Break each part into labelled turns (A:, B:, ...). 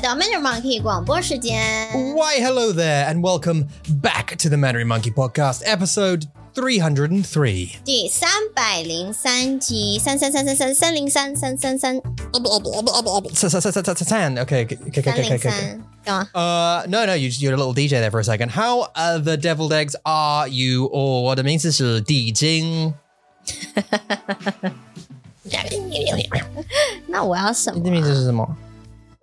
A: 到 Mandarin Monkey 广播时间。
B: Why, hello there, and welcome back to the Mandarin Monkey Podcast, episode 303.
A: 第三百零三集，三三三三三三零三三三三，哦不哦不哦不哦不哦不，
B: San, okay, okay, okay,
A: 三
B: okay,
A: 零
B: okay, okay.
A: 三，干嘛？
B: Uh, no, no, you just, you're a little DJ there for a second. How uh, the deviled eggs are you, or what it means is uh, DJ.
A: 那我要什么？我要是
B: Um, 你的名字是什么？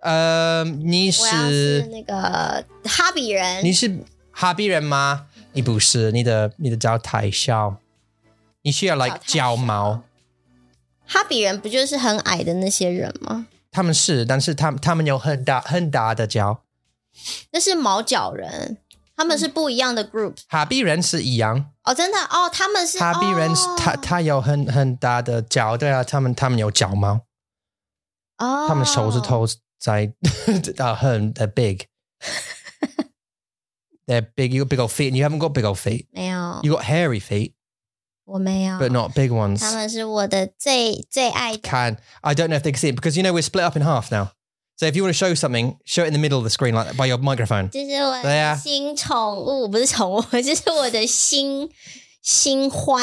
B: 呃，你是你是哈比人吗？你不是，你的你的脚踏
A: 那个哈比
B: 车。
A: 人，
B: 你需要
A: 脚
B: like
A: 踏
B: 脚
A: 车
B: 毛，
A: 哈比人不就是很矮的那些人吗？
B: 他们是，但是他他们有很大很大的脚。
A: 那是毛脚人，他们是不一样的 group
B: 哈比人是一样，
A: 哦，真的哦，他们是
B: 哈比人是、
A: 哦
B: 他他有很很大的脚，对啊，他们他们有脚毛，
A: 哦，
B: 他们手指头在 啊很很 big。They're big. You got big old feet, and you haven't got big old feet.
A: 没有，
B: You got hairy feet,
A: 我没有，
B: but not big ones.
A: 他们是我的最最爱的
B: Can I don't know if they can see it because you know we're split up in half now. So if you want to show something, show it in the middle of the screen, like by your microphone.
A: 这是我
B: 对
A: 的
B: 呀
A: 新宠物，不是宠物， 这是我的新新欢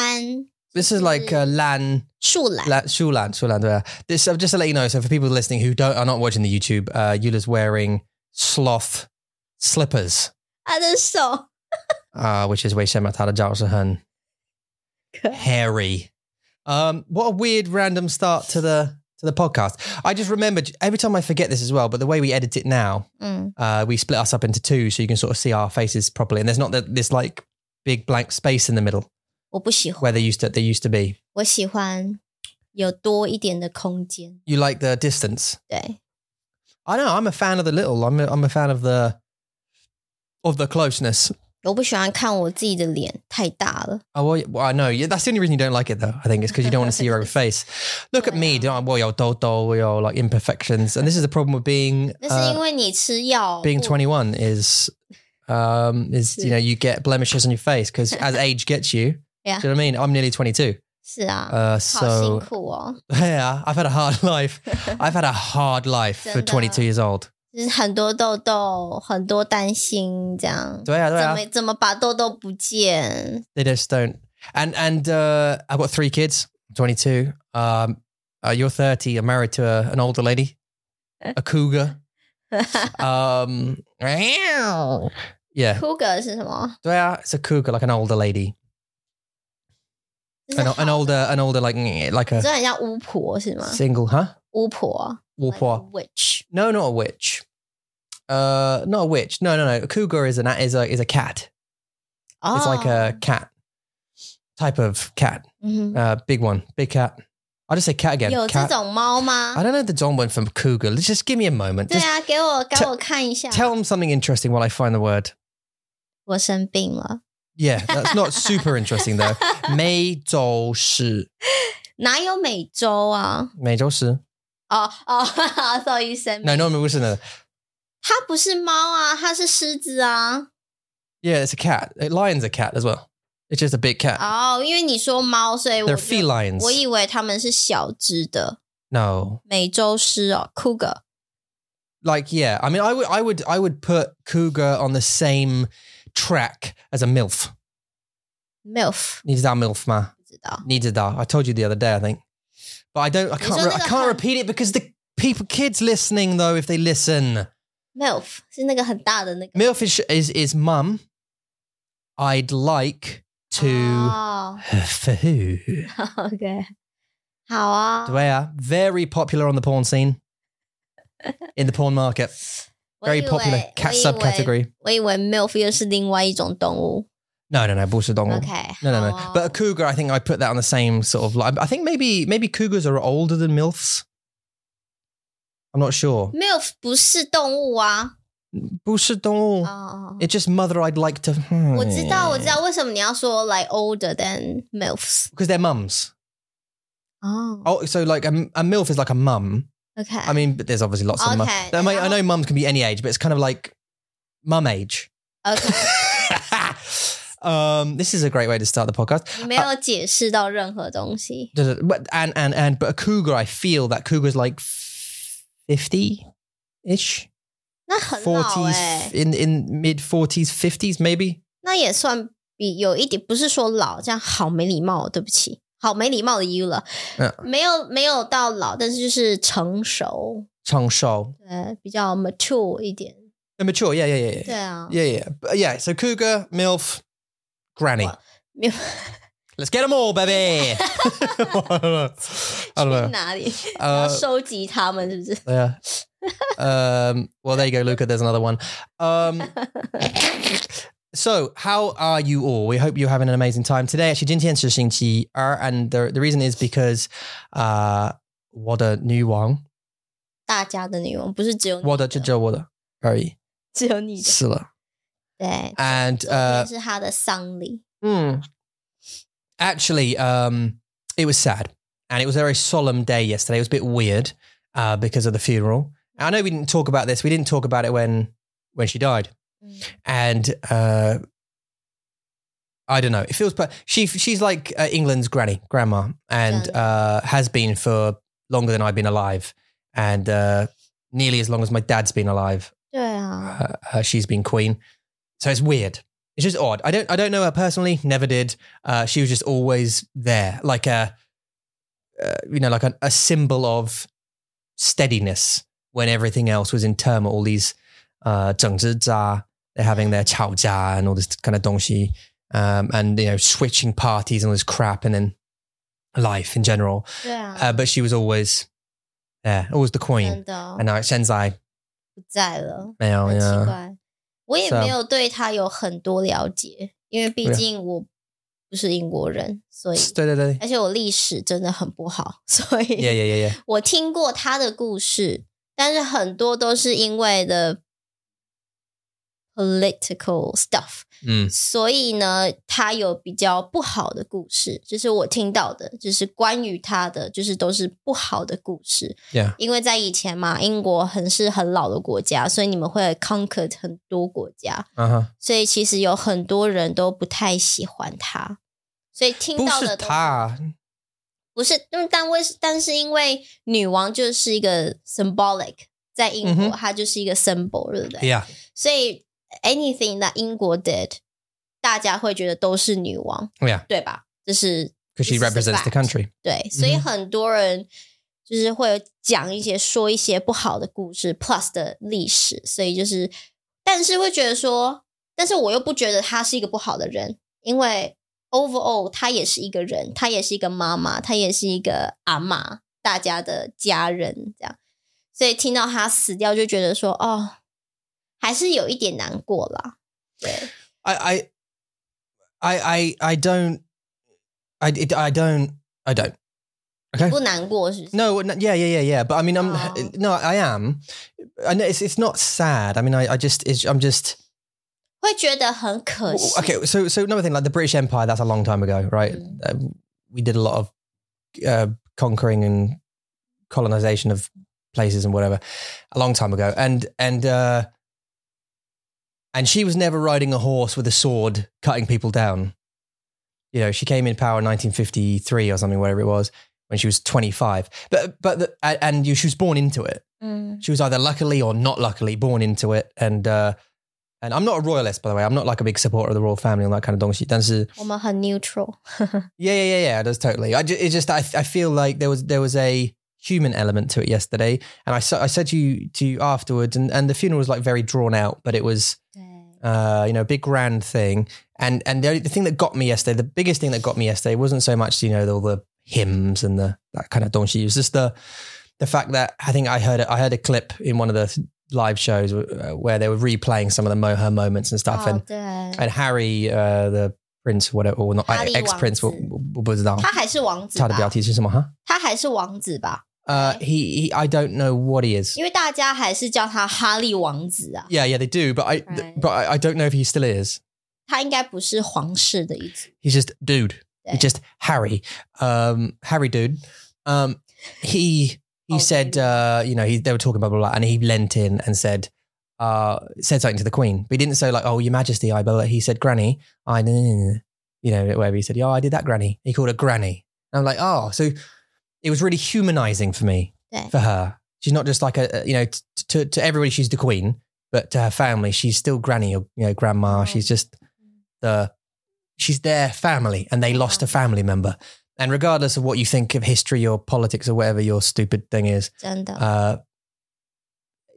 B: This is like uh,
A: Mm.
B: Lan
A: 树懒。
B: La- Shulan, Shulan, yeah. This uh, just to let you know. So for people listening who don't are not watching the YouTube, uh, Eula's wearing sloth slippers,
A: 它的手
B: uh, which is Wei Shematada
A: Good.
B: hairy. Um, what a weird random start to the to the podcast. I just remembered every time I forget this as well. But the way we edit it now,
A: 嗯，
B: uh, we split us up into two, so you can sort of see our faces properly, and there's not that this like big blank space in the middle
A: 我不喜欢，
B: where they used to they used to be.
A: 我喜欢有多一点的空间。
B: You like the distance.
A: 对，
B: I know. I'm a fan of the little. I'm a, I'm a fan of the of the closeness.
A: 我不喜欢看我自己的脸太大了。
B: Oh, well, well, I know. Yeah, that's the only reason you don't like it, though. I think it's because you don't want to see your own face. Look at me. do I, well, your dodo, your like imperfections, and this is the problem with being
A: 那是因
B: uh,
A: 为你吃药，
B: being
A: 我
B: 21 is um is you know you get blemishes on your face because as age gets you.
A: Yeah.
B: Do you know what I mean? I'm nearly 22.
A: 是啊，
B: Uh,
A: 好辛
B: so
A: 苦哦，
B: yeah, I've had a hard life. I've had a hard life for
A: 真的。
B: 22 years old.
A: 就是很多痘痘，很多担心，这样怎
B: 对啊，对啊。
A: 么怎么把痘痘不见？
B: They just don't. And and uh, I've got three kids. Twenty two. Um, uh, you're thirty. I'm married to a, an older lady, a cougar. Um, yeah,
A: Cougar 是什么？
B: yeah, it's a cougar, like an older lady,
A: 就是
B: an,
A: 好
B: an older, an older like mm, like
A: 这
B: a
A: 很像巫婆是吗？
B: single, huh?
A: 巫婆 like
B: Warpaw.
A: witch，
B: No, not a witch. Uh, not a witch. No, no, no. A cougar is an is a is a cat.
A: 哦
B: It's like
A: Ah.
B: a cat type of cat.
A: 嗯
B: Uh, big one, big cat. I'll just say cat
A: 哼
B: again.
A: 有这
B: Cat.
A: 种猫吗
B: I？don't know the John one from cougar. Let's just give me a moment.
A: 对
B: 啊 Just
A: 啊，给我给
B: tell-
A: 我看一下。
B: tell them something interesting while I find the word.
A: 我生病了，
B: Yeah, that's not super interesting though. 梅州市,
A: 哪有美洲啊？
B: 梅州市.
A: 哦哦，哈哈，兽医生，
B: No, no, 不是呢.
A: 它不是猫啊，它是狮子啊。
B: Yeah, it's a cat. A lion's a cat as well. It's just a big cat.
A: 哦，因为你说猫，所以我
B: They're
A: 就
B: felines.
A: 我以为它们是小只的
B: No,
A: 美洲狮哦，cougar。
B: like yeah. I mean, I would, I would, I would put cougar on the same track as a milf.
A: milf
B: 你知道 milf 吗？
A: 不知道，
B: needed that. I told you the other day, I think. But I don't. I
A: saw
B: can't. Re-
A: the-
B: I can't repeat it because the people, kids listening though, if they listen,
A: milf 是那个很大的那个
B: milf is is, is mum. I'd like to
A: 哦
B: for who?
A: OK，好啊，
B: They are very popular on the porn scene, in the porn market.
A: 我
B: Very
A: 以
B: popular
A: 为
B: cat
A: 我以为
B: subcategory.
A: 我以为 milf 又是另外一种动物。
B: No, no, no, bullshit. Dongle.
A: OK，
B: No, no,
A: 好
B: no. But a cougar, I think I put that on the same sort of line. I think maybe maybe cougars are older than milfs. I'm not sure.
A: milf 不是动物啊。
B: Bullshit. Dongle.
A: 哦，
B: It's just mother I'd like to. hmm.
A: 我知道，我知道，为什么你要说 like older than milfs？
B: Because they're mums.
A: 哦
B: Oh, so like a, a MILF is like a mum.
A: ，OK，
B: I mean, but there's obviously lots of mum.
A: Okay,
B: I, mean, I know
A: now-
B: mums can be any age, but it's kind of like mum age.
A: OK，
B: um, this is a great way to start the podcast.
A: 你没有解释到任何东西。
B: Does it- But, and, and, and, but a cougar, I feel that cougar's like 50 ish.
A: 那很老
B: 40s,
A: 哎、
B: in in mid 40s, 50s maybe.
A: 那也算比有一点，不是说老，这样好没礼貌，哦对不起，好没礼貌的 you 了，
B: 嗯
A: 没有没有到老，但是就是成熟，
B: 成熟.
A: 呃，比较 mature 一点，
B: Immature, yeah, yeah, yeah.
A: 对啊，
B: Yeah, yeah. But yeah, so cougar, MILF, granny.
A: What? 没有
B: Let's get them all, baby. I don't
A: 去
B: know.
A: 哪里？要
B: Uh,
A: 收集他们是不是？
B: yeah. Um, well, there you go, Luca. There's another one. Um, so, how are you all? We hope you're having an amazing time today. Actually, 今天是星期二, and the, the reason is because uh, 我的女王,
A: 大家的女王不是只有你的，
B: 我的这就我的而已,死了.
A: 只有你的，对。
B: And
A: 昨天
B: uh,
A: 是他的丧礼，
B: Hmm. Actually, um, it was sad, and it was a very solemn day yesterday. It was a bit weird uh, because of the funeral. I know we didn't talk about this. We didn't talk about it when when she died,
A: 嗯
B: and uh, I don't know. It feels, but she she's like uh, England's granny, grandma,
A: Granny.
B: and uh, has been for longer than I've been alive, and uh, nearly as long as my dad's been alive.
A: 对啊，
B: Uh, uh, she's been queen. So it's weird. It's just odd. I don't I don't know her personally. Never did. Uh, she was just always there, like a uh, you know, like a, a symbol of steadiness when everything else was in turmoil. All these uh, 政治家, they're having their 吵架 and all this kind of dongxi, um, and you know, switching parties and all this crap, and then life in general.
A: 对啊，
B: Uh, but she was always there, always the queen.
A: 真的哦
B: And now it's Shenzai.
A: 不在了。
B: Now,
A: 很奇
B: yeah.
A: 怪，我也
B: So-
A: 没有对他有很多了解，因为毕
B: Yeah.
A: 竟我不是英国人，所以
B: 对对对。
A: 而且我历史真的很不好， 所
B: Yeah,
A: 以
B: yeah, yeah, yeah.
A: 我听过他的故事，但是很多都是因为的 political stuff，
B: Mm.
A: 所以呢，他有比较不好的故事，就是我听到的，就是关于他的，就是都是不好的故事。
B: Yeah.
A: 因为在以前嘛，英国很是很老的国家，所以你们会 conquered 很多国家，
B: Uh huh.
A: 所以其实有很多人都不太喜欢他，所以 听到的都不是，嗯，但为但是因为女王就是一个 symbolic，在英国、
B: 嗯
A: 它就是一个 symbol，对不对？
B: Yeah.
A: 所以 anything that 英国 did，大家会觉得都是女王，
B: Yeah.
A: 对吧？就是
B: 'Cause
A: This
B: she
A: is a
B: represents the
A: fact.
B: country.
A: 对，所以
B: 嗯哼
A: 很多人就是会讲一些说一些不好的故事，plus 的历史，所以就是，但是会觉得说，但是我又不觉得他是一个不好的人，因为 overall 他也是一个人，他也是一个妈妈，他也是一个阿妈，大家的家人这样，所以听到他死掉就觉得说，哦，还是有一点难过啦。对，
B: I, I, I, I, I don't, I, it- I don't, I don't. Okay.
A: 不难过是不是？
B: No, no, yeah, yeah, yeah, yeah. But I mean, I'm
A: Oh.
B: no, I am. I know it's it's not sad. I mean, I, I just it's, I'm just
A: 会觉得很可惜。
B: okay. So so another thing like the British Empire. That's a long time ago, right?
A: Mm.
B: Uh, we did a lot of uh, conquering and colonization of places and whatever a long time ago and and uh and she was never riding a horse with a sword cutting people down you know she came in power in 1953 or something whatever it was when she was 25 but but the, and- and you she was born into it
A: 嗯，
B: she was either luckily or not luckily born into it and uh and I'm not a royalist, by the way. I'm not like a big supporter of the royal family and that kind of donkey. 但是
A: 我们很 neutral。
B: yeah, yeah, yeah, yeah. That's totally. I just, it's just I, I feel like there was there was a human element to it yesterday, and I sa- I said to you to you afterwards, and and the funeral was like very drawn out, but it was
A: 对。
B: uh you know a big grand thing, and and the, the thing that got me yesterday, the biggest thing that got me yesterday wasn't so much you know all the hymns and the that kind of donkey. It was just the the fact that I think I heard I heard a clip in one of the live shows uh, where they were replaying some of the Moher moments and stuff,
A: 哦
B: and
A: 对，
B: and Harry, uh, the prince, whatever, or not
A: Harry
B: ex prince,
A: 王子。
B: 我我不知道。
A: 他还是王子吧？
B: 他的标题是什么？哈？Uh,
A: 他还是王子吧？
B: Uh, he, he, I don't know what he is.
A: 因为大家还是叫他哈利王子啊，
B: Yeah, yeah, they do, but I,
A: Right.
B: but I, I don't know if he still is.
A: 他应该不是皇室的一族。
B: He's just dude. He's
A: 对
B: just Harry, um, Harry dude. Um, he,
A: Oh,
B: he said,
A: dude.
B: uh, you know, he, they were talking blah blah blah, and he leant in and said, uh, said something to the Queen, but he didn't say like, oh, Your Majesty, I blah blah. He said, Granny, I, nah, nah, nah, nah." you know, whatever. He said, yeah, I did that, Granny. He called her Granny. And I'm like, oh, so it was really humanizing for me.
A: 对
B: for her. She's not just like a, a- you know, t- to to everybody she's the queen, But to her family, she's still granny or you know, grandma.
A: Oh.
B: She's just the she's their family, and they lost a family member. And regardless of what you think of history or politics or whatever your stupid thing is,
A: 真的，
B: uh,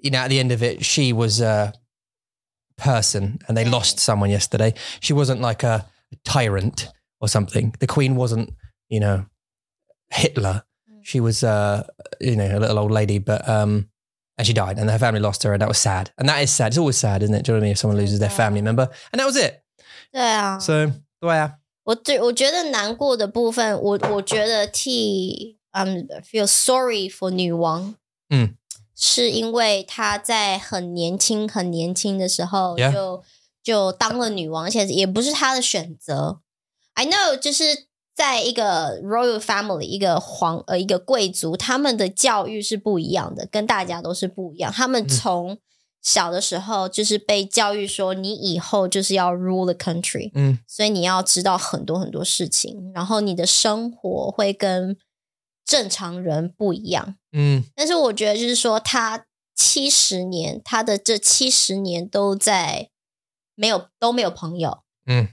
B: you know, at the end of it, she was a person and they
A: Yeah.
B: lost someone yesterday. She wasn't like a tyrant or something. The queen wasn't, you know, Hitler.
A: Mm.
B: She was, uh, you know, a little old lady, but, um, and she died and her family lost her and that was sad. And that is sad. It's always sad, isn't it? Do you know what I mean? If someone loses their
A: Yeah.
B: family member. And that was it.
A: 对啊。
B: So, yeah.
A: 我最我觉得难过的部分，我我觉得替 um feel sorry for 女王，
B: 嗯，
A: 是因为她在很年轻很年轻的时候就
B: Yeah
A: 就当了女王，而且也不是她的选择。I know，就是在一个 royal family 一个皇呃一个贵族，他们的教育是不一样的，跟大家都是不一样。他们
B: 嗯
A: 从小的时候就是被教育说，你以后就是要 rule the country，
B: Mm,
A: 所以你要知道很多很多事情，然后你的生活会跟正常人不一样。
B: mm,
A: 但是我觉得就是说，他七十年，他的这七十年都在没有都没有朋友，
B: 嗯，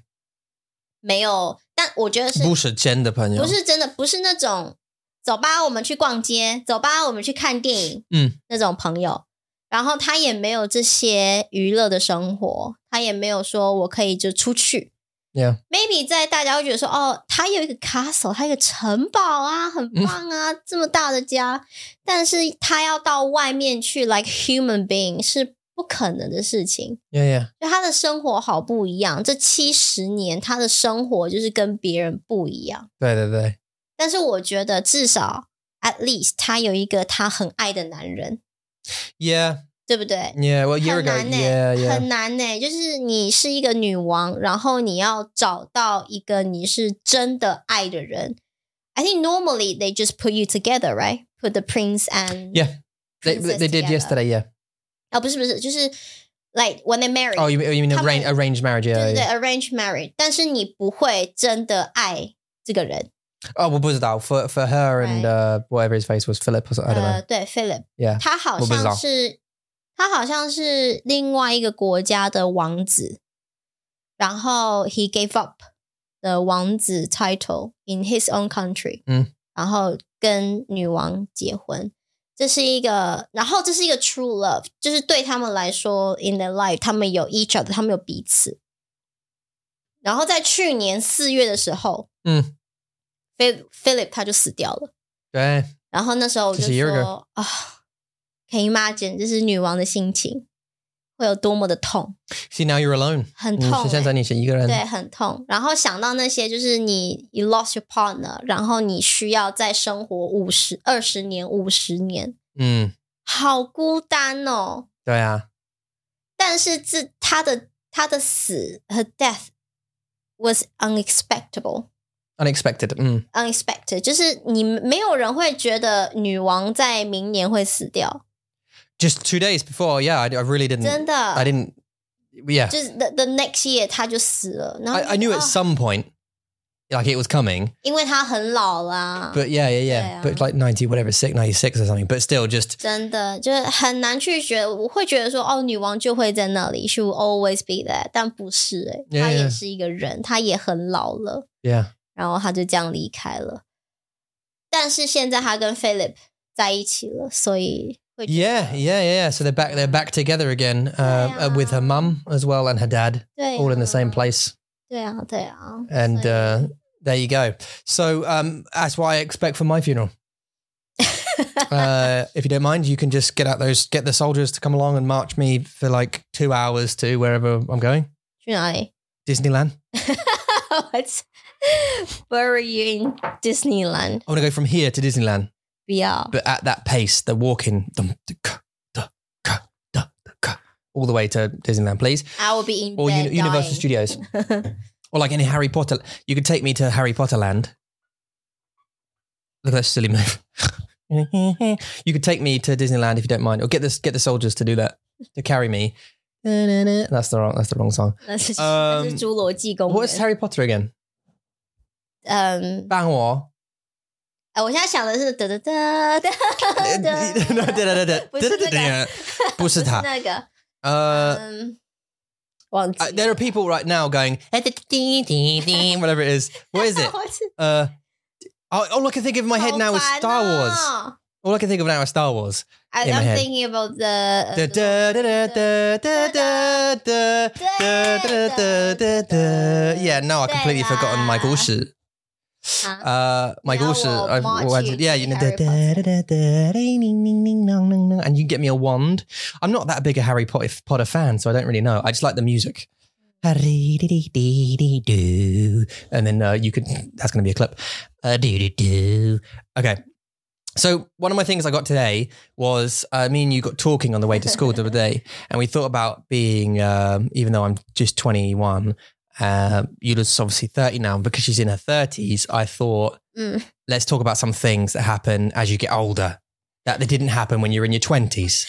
A: 没有。但我觉得是
B: 不是真的朋友。
A: 不是真的，不是那种走吧，我们去逛街，走吧，我们去看电影，
B: 嗯，
A: 那种朋友。然后他也没有这些娱乐的生活，他也没有说我可以就出去。
B: Yeah.
A: Maybe 在大家会觉得说，哦，他有一个 castle，他有一个城堡啊，很棒啊，这么大的家，但是他要到外面去，like human being 是不可能的事情。
B: Yeah, yeah.
A: 就他的生活好不一样。这七十年，他的生活就是跟别人不一样。
B: 对，对，对。
A: 但是我觉得，至少 at least 他有一个他很爱的男人，
B: Yeah,
A: 对不对？
B: yeah. Well, a year
A: 很
B: ago,
A: 难呢、欸
B: yeah, yeah.
A: 很难呢、就是你是一个女王，然后你要找到一个你是真的爱的人。I think normally they just put you together, right? Put the prince and
B: Yeah, They,
A: princess
B: they did
A: together.
B: yesterday, yeah.
A: 啊、不是不是，就是 like when they marry.
B: Oh, you, mean- you mean
A: 他们-
B: arrange, arranged marriage?
A: 对
B: Yeah,
A: 对对
B: yeah.
A: ，arrange marriage，但是你不会真的爱这个人。
B: Oh, 我不知道 for for her and
A: Right. Uh,
B: uh, whatever his face was, Philip. Or something, I don't
A: 呃，
B: know.
A: 对，Philip，
B: Yeah.
A: 他好
B: 我不知道
A: 像是他好像是另外一个国家的王子，然后 he gave up 的王子 title in his own country，
B: 嗯，
A: 然后跟女王结婚。这是一个，然后这是一个 true love，就是对他们来说，in their life，他们有 each other，他们有彼此。然后在去年四月的时候，
B: 嗯
A: ，Phil Philip 他就死掉了。
B: 对，
A: 然后那时候我就
B: 就是 year
A: 说啊，Can you imagine？这是女王的心情会有多么的痛，
B: See, now you're alone. Mm,
A: 很痛、欸，对，
B: 嗯你现在你是一个人。
A: 很痛。然后想到那些，就是你 you lost your partner，然后你需要再生活五十二十年、五十年，
B: Mm.
A: 好孤单哦。但是这他的他的死和 death was unexpectable。
B: Unexpected. Mm. 嗯
A: Unexpected，就是你没有人会觉得女王在明年会死掉，
B: Just two days before, yeah, I, I really didn't.
A: 真的。
B: I didn't. Yeah,
A: 就是 the the next year 他就死了，然后
B: I, I knew
A: 啊
B: at some point, like it was coming.
A: 因为他很老啊啦，
B: But yeah, yeah,
A: Yeah.
B: yeah. But like ninety, whatever, six, ninety six or something. But still, just
A: 真的就是很难去觉得，我会觉得说哦，女王就会在那里，she will always be there，但不是诶、
B: Yeah,
A: 她也
B: yeah.
A: 是一个人，她也很老了，
B: yeah,
A: 然后她就这样离开了。但是现在她跟 Philip 在一起了，所以会觉得
B: yeah, yeah, yeah. yeah. So they're back. They're back together again uh,
A: Yeah.
B: uh, with her mum as well and her dad.
A: 对啊
B: all in the same place.
A: 对啊对啊
B: And
A: 所以
B: uh, there you go. So um, that's what I expect for my funeral. uh, if you don't mind, you can just get out those, get the soldiers to come along and march me for like two hours to wherever I'm going,
A: 去哪里
B: Disneyland.
A: ？What bury you in Disneyland？
B: I want to go from here to Disneyland,
A: 不要
B: but at that pace, the walking, dum, da, ka, da, ka, da, da, ka, all the way to Disneyland, please,
A: ，I will be in
B: or
A: bed
B: Uni- Universal
A: dying.
B: Studios, or like any Harry Potter. You could take me to Harry Potter Land. Look at that silly move. you could take me to Disneyland if you don't mind, or get this get the soldiers to do that to carry me. That's the wrong. That's the wrong song.
A: 那是、
B: Um,
A: 那是侏罗纪公
B: What's
A: 园。
B: Harry Potter again?
A: 嗯，
B: Bang War.
A: 哎，我现在想的是哒哒哒哒
B: No,
A: 哒
B: da- da- da- da-
A: 不是那个
B: da- da- da- 不是它
A: 那个
B: Uh,
A: um, 忘记
B: I- there are people right now going whatever it is. What is it? Uh, all all I can think of in my
A: Oh,
B: head now is Star Wars. All I can think of now is Star Wars.
A: I,
B: In my
A: I'm
B: head.
A: thinking about the.
B: Da- da- da- da- da- da- da- da- da- da- da- da- da. Yeah, now I've completely forgotten my 故事. Uh, my
A: Now
B: 故事.
A: I'll
B: I've-
A: march
B: well,
A: you
B: yeah,
A: to
B: you know, da-
A: Harry
B: da- da- da- da- ding, ding, ding, ding, dong, dong, dong, and you get me a wand. I'm not that big a Harry Potter, Potter fan, so I don't really know. I just like the music. Harry-dee-dee-dee-dee-doo. And then uh, you could. That's going to be a clip. Uh, doo-doo-doo. Okay. So one of my things I got today was uh, me and you got talking on the way to school the other day, and we thought about being, um, even though I'm just 21, uh, Eula's obviously 30 now. and Because she's in her 30s, I thought,
A: Mm.
B: let's talk about some things that happen as you get older that they didn't happen when you're in your 20s,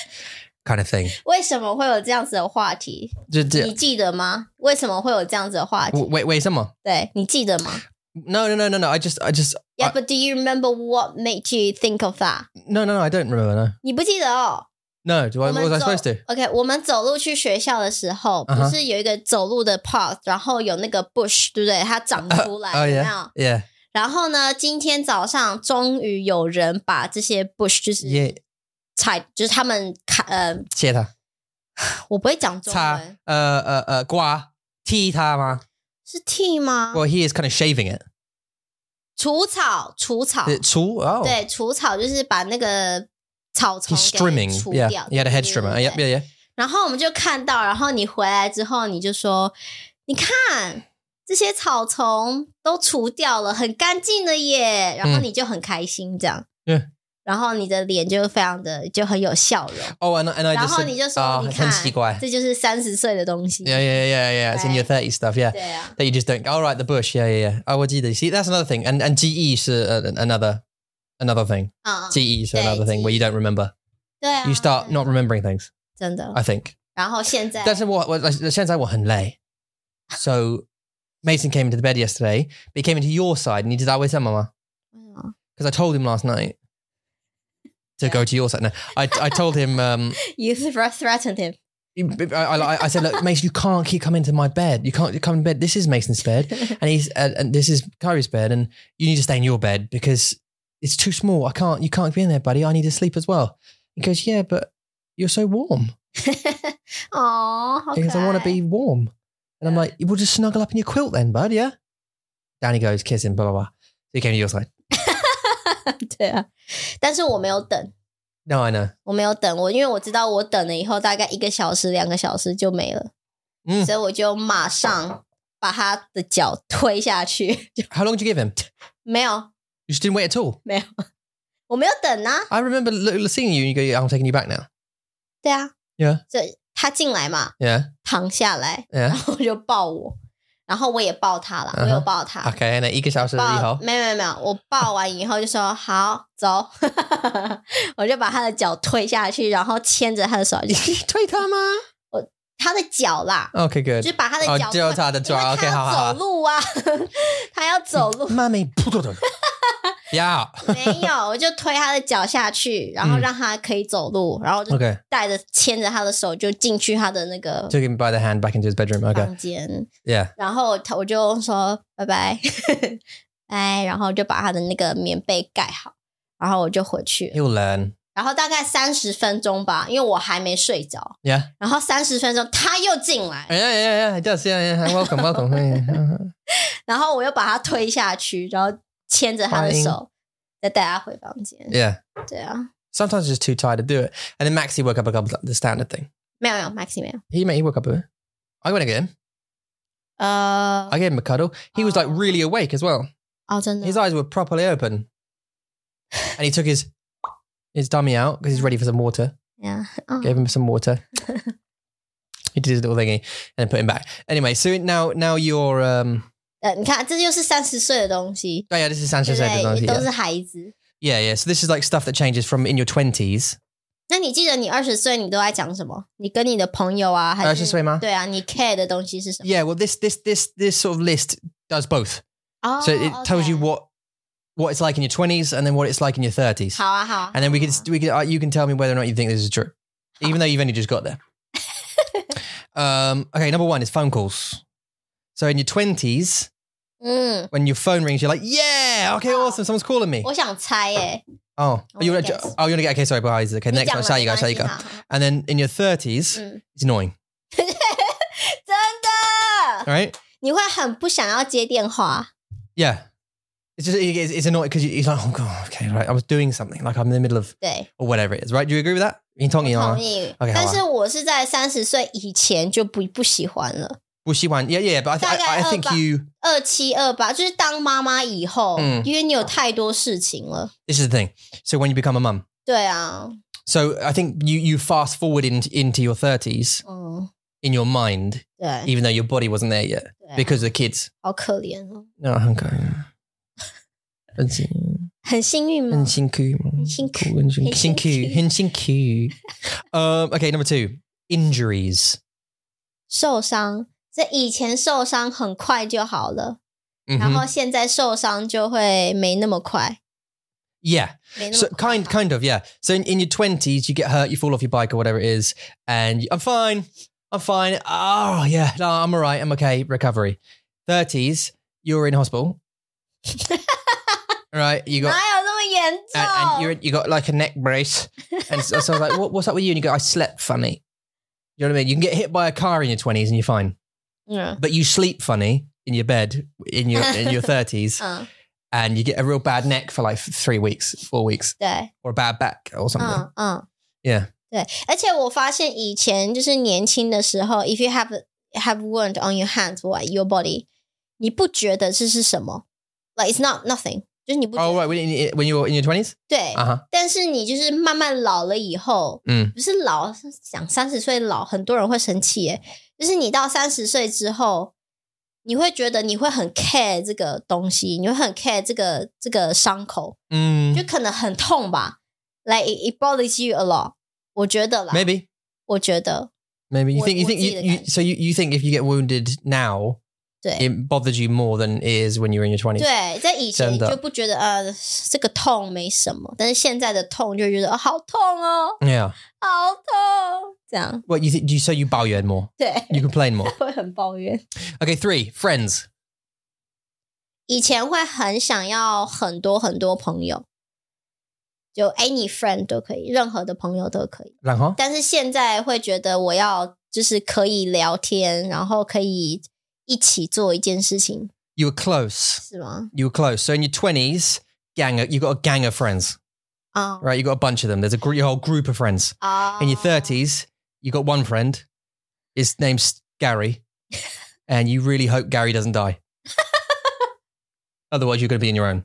B: kind of thing.
A: 为什么会有这样子的话题？
B: Just, uh,
A: 你记得吗？为什么会有这样子的话题？
B: w- wait, wait, someone.
A: 对你记得吗
B: No, no, no, no, no. I just, I just,
A: ？Yeah, but do you remember what made you think of that？
B: no, no, no. I don't remember. No,
A: 你不记得哦？
B: no.
A: Oh
B: Do I? What was I supposed to?
A: OK，我们走路去学校的时候，
B: 嗯哼
A: 不是有一个走路的 path，然后有那个 bush，对不对？它长出来，
B: 哦
A: 有没有
B: Oh, yeah Yeah,
A: 然后呢，今天早上终于有人把这些 bush 就是
B: yeah.
A: 采就是他们砍，呃，
B: 切它，
A: 我不会讲中
B: 擦
A: 文，，
B: 呃呃呃，刮，剃它吗
A: 是剃吗？
B: ？Well, he is kind of shaving it.
A: 除草，除草，
B: Is it 除 Oh,
A: 对，除草就是把那个草丛
B: he's
A: 给
B: trimming.
A: 除
B: Yeah,
A: 掉。
B: he had a head
A: 对对
B: trimmer.
A: 对
B: Yeah,
A: 对
B: yeah, yeah.
A: 然后我们就看到，然后你回来之后，你就说：“你看这些草丛都除掉了，很干净了耶。”然后
B: 嗯
A: 你就很开心，这样。
B: Yeah
A: 然后你的脸就非常的就很有笑容，
B: Oh, and and I
A: 然
B: just
A: 后
B: said,
A: 你就说：“
B: 啊，
A: 你
B: 很
A: 看
B: 奇怪。
A: 这就是三十岁的东西。”
B: Yeah, yeah, yeah, yeah. It's in your 30 stuff. Yeah.
A: 对啊，
B: That you just don't. All right, the bush. Yeah, yeah, yeah. I would either. See, that's another thing. And and GE is uh, another another thing.
A: 嗯，
B: GE is
A: Yeah,
B: another thing where you
A: E。
B: don't remember.
A: 对啊
B: You start
A: 真的
B: not remembering things.
A: 真的。
B: I think.
A: 然后现在，
B: That's what. what sounds like what lay. So Mason came into the bed yesterday, but he came into your side and he did that with him, Mama.
A: 嗯
B: Because I told him last night to go to your side. No, I I told him. um
A: you threatened him。
B: I, I, I said, look, Mason, you can't keep coming to my bed. You can't come in bed. This is Mason's bed, and he's and, and this is Kyrie's bed, and you need to stay in your bed because it's too small. I can't. You can't be in there, buddy. I need to sleep as well. He goes, yeah, but you're so warm
A: 哦，好可
B: because I want to
A: 爱
B: be warm, and I'm like, we'll just snuggle up in your quilt then, bud. Yeah. Down he goes, kissing, blah blah blah. So he came to your side.
A: 对啊，但是我没有等。
B: No, I know.
A: 我没有等我，因为我知道我等了以后大概一个小时、两个小时就没了，
B: 嗯
A: 所以我就马上把他的脚推下去。
B: How long did you give him?
A: 没有，
B: You just didn't wait at all.
A: 我没有等啊，
B: I remember l- l- seeing you, and you go, I'm taking you back now.
A: 对啊，
B: Yeah
A: 所以他进来嘛，
B: Yeah,
A: 躺下来，然
B: yeah.
A: 后就抱我，然后我也抱他了
B: 嗯哼
A: 我有抱他
B: Okay, and 一个小时以后。
A: 抱 没有没有没有，我抱完以后就说好走， 我就把他的脚推下去，然后牵着他的手，就
B: 推他吗？Okay,
A: 他的脚 啦，就
B: good. Oh,
A: 是把他的
B: 哦
A: 脚
B: 就要
A: 推
B: 他的
A: 因为
B: 抓，OK，
A: 要
B: 好好好
A: 走路啊， 他要走 路，
B: 妈咪扑通通。Yeah.
A: 没有，我就推他的脚下去，然后
B: 嗯
A: 让他可以走路，然后就
B: Okay.
A: 带着牵着他的手就进去他的那个
B: Took him by the hand back into his bedroom. Okay.
A: 房间，
B: Yeah.
A: 然后他我就说拜拜， 拜，然后就把他的那个棉被盖好，然后我就回去了，
B: He'll learn.
A: 然后大概三十分钟吧，因为我还没睡着，
B: Yeah.
A: 然后三十分钟他又进来，
B: Yeah, yeah, yeah. He does. Yeah, yeah. Welcome, welcome. Yeah.
A: 然后我又把他推下去，然后牵着他的
B: 欢迎
A: 手，再带他回房间，
B: Yeah.
A: 对啊。
B: Sometimes you're just too tired to do it. And then Maxi woke up a couple the standard thing.
A: 没有没有，Maxi 没有。
B: He he woke up a bit. I went to get him.
A: 呃，
B: I gave him a cuddle. He was like really awake as well.
A: 哦，真的
B: His eyes were properly open. And he took his his dummy out because he's ready for some water.
A: 呀，哦
B: gave him some water. he did his little thingy and then put him back. Anyway, so now now you're um
A: 呃，你看，这就是三十岁的东西，
B: oh yeah, this is
A: 对
B: Sanchez
A: 不
B: Sanders,
A: 对？
B: honestly,
A: 都
B: yeah.
A: 是孩子。
B: yeah, yeah. So this is like stuff that changes from in your twenties.
A: 那你记得你二十岁你都在讲什么？你跟你的朋友啊，还是
B: 20岁吗
A: 对啊，你 care 的东西是什么？
B: Uh, Yeah, well this this this this sort of list does both.
A: 哦
B: so it tells you
A: OK
B: what what it's like in your twenties and then what it's like in your thirties.
A: 好啊，好啊。
B: And then we can
A: 好啊
B: we can uh, you can tell me whether or not you think this is true. Even though you've only just got there. Um, okay, number one is phone calls. So in your twenties,
A: 嗯，
B: when your phone rings, you're like, "Yeah, okay,
A: Oh.
B: awesome, someone's calling me."
A: 我想猜耶、
B: Oh,
A: I
B: oh, you
A: wanna
B: want to?
A: guess.
B: Oh, you want to get? Okay, sorry, but okay,
A: 你
B: next
A: 讲
B: one,
A: 了
B: 下一个，
A: 没
B: 下
A: 关
B: 一
A: 系
B: 个。
A: 好好
B: And then in your thirties,
A: 嗯，
B: it's annoying,
A: 真的，
B: all right?
A: 你会很不想要接电话，
B: Yeah, it's just it, it's, it's annoying because you, it's like, oh god, okay, right, I was doing something, like I'm in the middle of
A: 对，
B: or whatever it is, right? Do you agree with that?
A: 同
B: 你同意吗？
A: 意。
B: OK，
A: 但
B: 啊好吧
A: 是我是在三十岁以前就不不喜欢了，
B: 不喜欢- Yeah, yeah, but I, th- I, I think
A: 大概二吧。
B: you.
A: 二七二八就是当妈妈以后，
B: 嗯
A: 因为你有太多事情了。
B: This is the thing. So when you become a mum,
A: 对啊，
B: so I think you you fast forward into into your thirties
A: 嗯，
B: in your mind,
A: 对，
B: even though your body wasn't there yet
A: 对啊
B: because of the kids.
A: 好可怜哦，
B: No, okay. 很辛-
A: 很幸运吗？
B: 很辛苦。
A: 很辛苦。
B: 很辛-
A: 很辛苦。
B: 很辛苦。Um, okay, number two, injuries.
A: 受伤，这以前受伤很快就好了，
B: Mhm.
A: 然后现在受伤就会没那么快，
B: Yeah.
A: 没那
B: So
A: 么快
B: kind kind of yeah. So in, in your twenties, you get hurt, you fall off your bike or whatever it is, and you, I'm fine, I'm fine. Oh yeah, no, I'm all right, I'm okay. Recovery. Thirties, you're in hospital. all right, you
A: 哪
B: got
A: 有那么严
B: and, and
A: 重？
B: you're you got like a neck brace, and so, so I was like, what, what's up with you? And you go, I slept funny. You know what I mean? You can get hit by a car in your twenties and you're fine,
A: 嗯
B: but you sleep funny in your bed in your in your thirties,
A: 嗯，
B: and you get a real bad neck for like three weeks, four weeks,
A: 对，
B: or a bad back or something.
A: 嗯嗯
B: Yeah.
A: 对，而且我发现以前就是年轻的时候，if you have have wound on your hands or your body，你不觉得这是什么？Like it's not nothing，就是你不觉
B: Oh
A: 得
B: right, when, you- when you were in your twenties.
A: 对，
B: Uh huh.
A: 但是你就是慢慢老了以后，
B: 嗯，
A: 不是老讲三十岁老，很多人会生气耶。就是你到三十岁之后，你会觉得你会很 care 这个东西，你会很 care 这个这个伤口，就
B: Mm,
A: 可能很痛吧。Like it, it bothers you a lot，我觉得啦
B: maybe,
A: 我觉得
B: maybe you
A: What-
B: think you
A: what's
B: think you,
A: it
B: you
A: again?
B: so you, you think if you get wounded now,
A: 对
B: it bothers you more than it is when you're in your twenties.
A: 对，在以前
B: 真
A: 你
B: 的
A: 就不觉得呃这个痛没什么，但是现在的痛就觉得、哦、好痛哦，
B: Yeah.
A: 好痛，这样
B: Well, you think you so you bow your head more,
A: 对
B: you complain more.
A: 会很抱怨。
B: Okay, three friends.
A: 以前会很想要很多很多朋友，就 any friend 都可以，任何的朋友都可以。
B: 然后
A: 但是现在会觉得我要就是可以聊天，然后可以一起做一件事情，
B: you were close.
A: 是吗？
B: You were close. So in your twenties, gang, of- you got a gang of friends,
A: 啊
B: right? You got a bunch of them. There's a gr- your whole group of friends.
A: 啊
B: In your thirties, you got one friend. His name's Gary, and you really hope Gary doesn't die. Otherwise, you're going to be in your own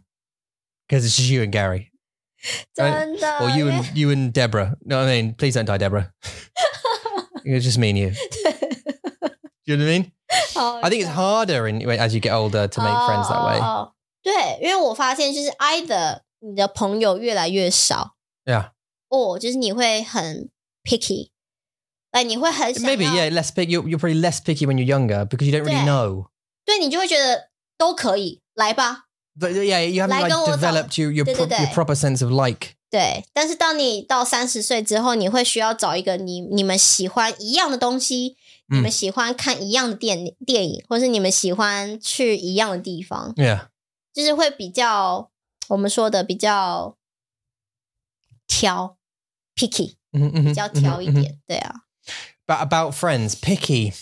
B: because it's just you and Gary, 呃
A: 真的，
B: or
A: 因
B: you
A: 为
B: and you and Deborah. No, I mean, please don't die, Deborah. it's just me and you. Do
A: 对
B: you know what I mean?
A: 好
B: I think it's
A: 笑
B: harder in, as you get older to make friends that way.
A: 哦哦哦对，因为我发现就是 either 你的朋友越来越少
B: Yeah.
A: 哦，就是你会很 picky，哎，你会很想
B: Maybe
A: 要
B: yeah, less picky. You're, you're probably less picky when you're younger because you don't really
A: Yeah.
B: know.
A: 对你就会觉得都可以来吧，
B: But uh, yeah, you haven't
A: Like all
B: like
A: the-
B: developed your your, pro- your
A: 对，对，对。
B: proper sense of like.
A: 对。但是当你到三十岁之后，你会需要找一个你你们喜欢一样的东西，
B: 嗯
A: 你们喜欢看一样的电电影，或是你们喜欢去一样的地方，
B: Yeah,
A: 就是会比较我们说的比较挑 picky，比
B: Mm-hmm, 嗯
A: 较挑一点，对啊。
B: But about friends, picky.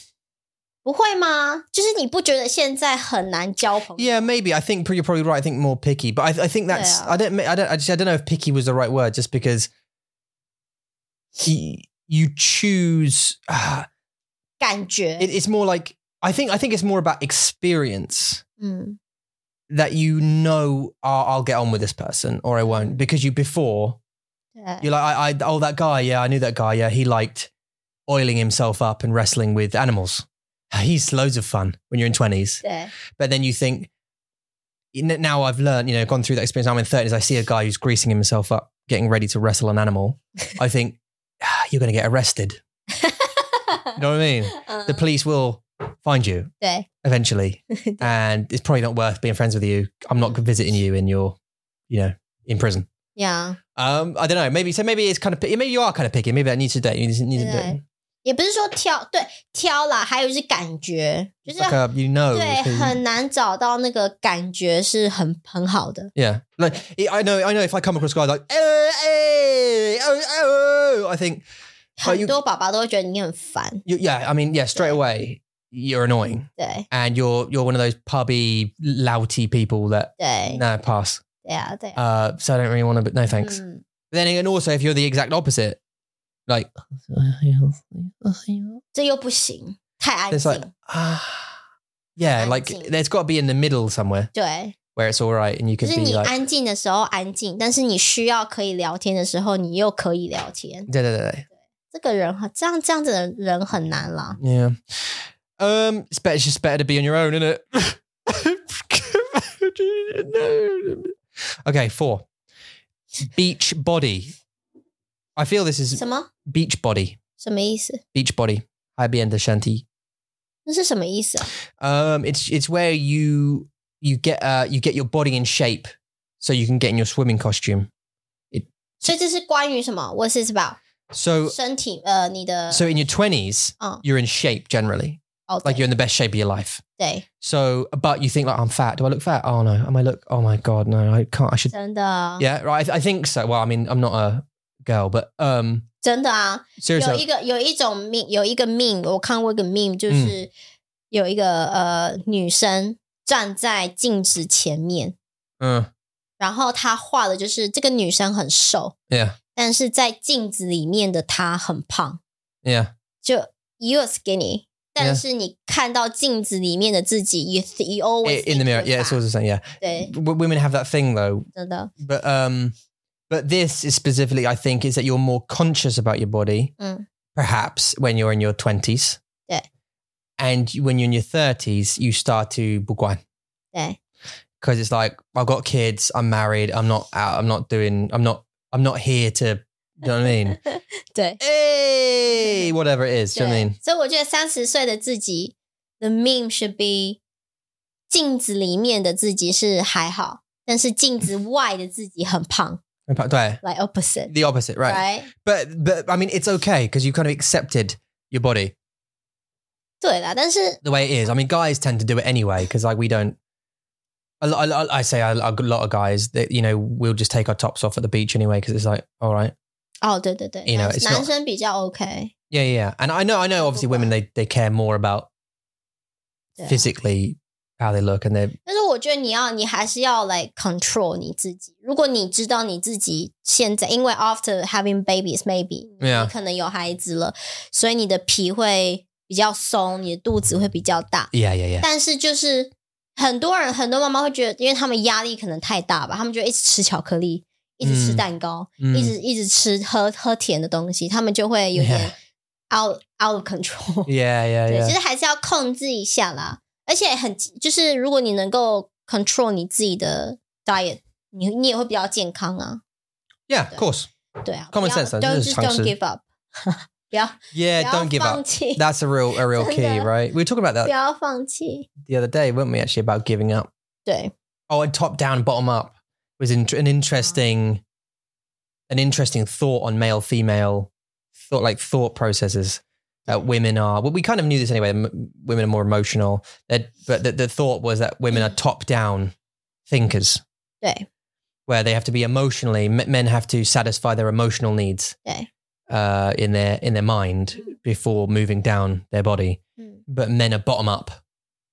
A: 不会吗？就是你不觉得现在很难交朋友
B: Yeah, maybe. I think you're probably right. I think more picky, but I, I think that's.
A: Yeah.
B: I don't. I don't. I, just, I don't know if picky was the right word, just because y- you choose. ah,
A: 感觉？
B: it, it's more like I think. I think it's more about experience
A: 嗯，
B: that you know. Oh, I'll get on with this person, or I won't, because you before
A: 对，
B: you're like, I, I. Oh, that guy. Yeah, I knew that guy. Yeah, he liked oiling himself up and wrestling with animals. He's loads of fun when you're in twenties.
A: 对，
B: But then you think, n- now I've learned, you know, gone through that experience. I'm in 30s. I see a guy who's greasing himself up, getting ready to wrestle an animal. I think, "Ah, you're going to get arrested. You know what I mean?
A: 嗯
B: The police will find you
A: 对
B: eventually.
A: 对
B: And it's probably not worth being friends with you. I'm not visiting you in your, you know, in prison.
A: 呀，
B: Um, I don't know. Maybe so. Maybe it's kind of pi- maybe you are kind of picky. Maybe that needs to date. You need to, need to do it.
A: 也不是说挑对挑啦，还有就是感觉，就是
B: Like a, you know.
A: 对
B: so you-
A: 很难找到那个感觉是很很好的。
B: Yeah, like I know, I know. If I come across a guy like, oh, hey, oh, oh, I think, But
A: 很
B: you-
A: 多爸爸都会觉得你很烦，
B: you, yeah, I mean, yeah, straight away you're annoying,
A: 对
B: and you're you're one of those pubby, louty people that
A: 对
B: no pass.
A: 对啊对啊，
B: Uh, so I don't really want to, but no thanks.
A: 嗯，
B: Then and also, if you're the exact opposite, like,
A: 这又不行，太安
B: there's like,
A: 静，
B: ah, yeah, like
A: Anti.
B: there's got to be in the middle somewhere
A: 对，
B: where it's all right, and you
A: 就
B: could
A: 是
B: be
A: 你
B: like,
A: 安静的时候安静，但是你需要可以聊天的时候，你又可以聊天。
B: da, da, da, da.
A: 这个人很这样这样子的人很难啦。
B: Yeah. Um, it's better, it's just better to be on your own, isn't it? no. Okay, four. Beach body. I feel this is
A: 什么
B: beach body.
A: 什么意思？
B: Beach body. High end shanty.
A: 那是什么意思啊？
B: Um, it's it's where you you get uh you get your body in shape so you can get in your swimming costume.
A: 所以这是关于什么？What's this about？
B: So
A: 身体呃，你的
B: so in your twenties,
A: Oh.
B: you're in shape generally.
A: 哦，
B: Like you're
A: 对
B: in the best shape of your life.
A: 对，
B: So, but you think like I'm fat. Do I look fat? Oh no. Am I look? Oh my god. No, I can't. I should.
A: 真的，
B: Yeah, right. I, th- I think so. Well, I mean, I'm not a girl, but um,
A: 真的啊，有一
B: seriously,
A: 个有一种命，有一个命，我看过一个命，
B: 嗯
A: 就是有一个、呃女生站在镜子前面，
B: uh,
A: 然后她画的就是这个女生很瘦，
B: yeah,
A: 但是在镜子里面的她很胖，
B: yeah,
A: 就 you are skinny，但
B: Yeah.
A: 是你看到镜子里面的自己，you th- you always
B: I- in
A: think
B: the mirror.
A: you're
B: Yeah, it's
A: fat
B: always the same. Yeah,
A: 对，
B: W- women have that thing though.
A: 真的，
B: But um, but this is specifically, I think, is that you're more conscious about your body,
A: Mm.
B: perhaps when you're in your twenties.
A: Yeah.
B: And you- when you're in your thirties, you start to buguan.
A: 对，
B: because it's like I've got kids, I'm married, I'm not out, I'm not doing, I'm not, I'm not here to, you know what I mean?
A: 对，
B: hey, whatever it is, do you know what I
A: 对
B: mean?，
A: 所以我觉得三十岁的自己，the meme should be 镜子里面的自己是还好，但是镜子外的自己很胖
B: In fact, yeah,
A: ，like opposite，right？
B: the opposite, right? But but I mean, it's okay because you kind of accepted your body
A: 对啦，但是
B: the way it is. I mean, guys tend to do it anyway because like we don't. A lot, a lot- I say a lot a lot of guys that you know we'll just take our tops off at the beach anyway because it's like all right,
A: 哦，对对对
B: You know,
A: 男
B: it's not-
A: 男生比较 OK，
B: yeah, yeah. yeah. And I know, I know. Obviously, women they they care more about
A: 对啊
B: physically how they look and they're
A: 但是我觉得你要，你还是要来 control 你自己。如果你知道你自己现在，因为 after having babies maybe 你
B: Yeah.
A: 可能有孩子了，所以你的皮会比较松，你的肚子会比较大。
B: yeah, yeah, yeah.
A: 但是就是很多人，很多妈妈会觉得，因为他们压力可能太大吧，他们就一直吃巧克力，一直吃蛋糕，一
B: Mm.
A: 直一直吃喝喝甜的东西，他们就会有点 out out of control。
B: Yeah, yeah,
A: 对，
B: yeah.
A: 其实还是要控制一下啦。而且很就是，如果你能够 control 你自己的 diet，你你也会比较健康啊。
B: yeah, of course.
A: 对啊
B: Common
A: 不要
B: sense 啊
A: don't
B: 这是
A: just
B: 常
A: don't
B: 识
A: give up，不要
B: Yeah,
A: 不要
B: don't give
A: 放
B: up.
A: 弃，
B: That's a real a real key,
A: Yeah.
B: right? We were talking about
A: 不
B: that
A: 要放弃。
B: the other day, weren't we? Actually, about giving up.
A: 对，
B: Oh, and top down, bottom up was in, an interesting, an interesting thought on male female thought like thought processes. That women are well, we kind of knew this anyway. M- women are more emotional. That, but the, the thought was that women are top down thinkers.
A: Yeah.
B: Where they have to be emotionally, m- men have to satisfy their emotional needs
A: Yeah.
B: uh, in their in their mind before moving down their body.
A: 嗯
B: but men are bottom up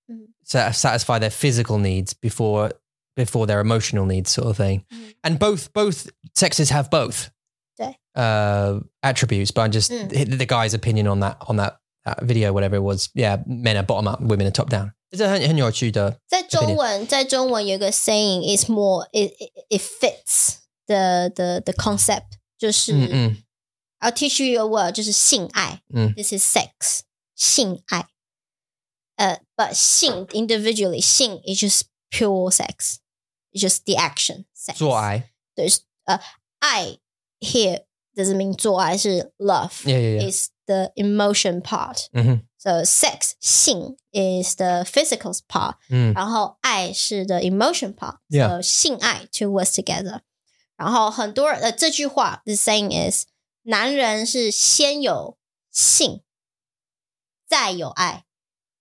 A: Mm.
B: to satisfy their physical needs before before their emotional needs sort of thing
A: Mm.
B: and both both sexes have both
A: Yeah.
B: uh attributes but i'm just
A: Mm.
B: the- the guy's opinion on that on that, that video whatever it was yeah men are bottom up women are top down is it 很有趣的
A: 在中文，在中文有一个 saying is more it it, it fits the the the concept，就是、
B: 嗯嗯
A: I'll teach you a word，就是性爱。
B: 嗯
A: ，this is sex，性爱。呃、b u t 性 individually 性 is just pure sex，it's just the action sex。
B: 做爱
A: 对，是呃，爱 here doesn't mean 做爱是 love。
B: yeah yeah yeah
A: is the emotion part.
B: 嗯哼
A: So sex 性 is the physical part.
B: 嗯
A: 然后爱是 the emotion part，
B: Mm, Yeah.
A: 呃，性爱 two words together。然后很多人呃这句话 the saying is，男人是先有性再有爱。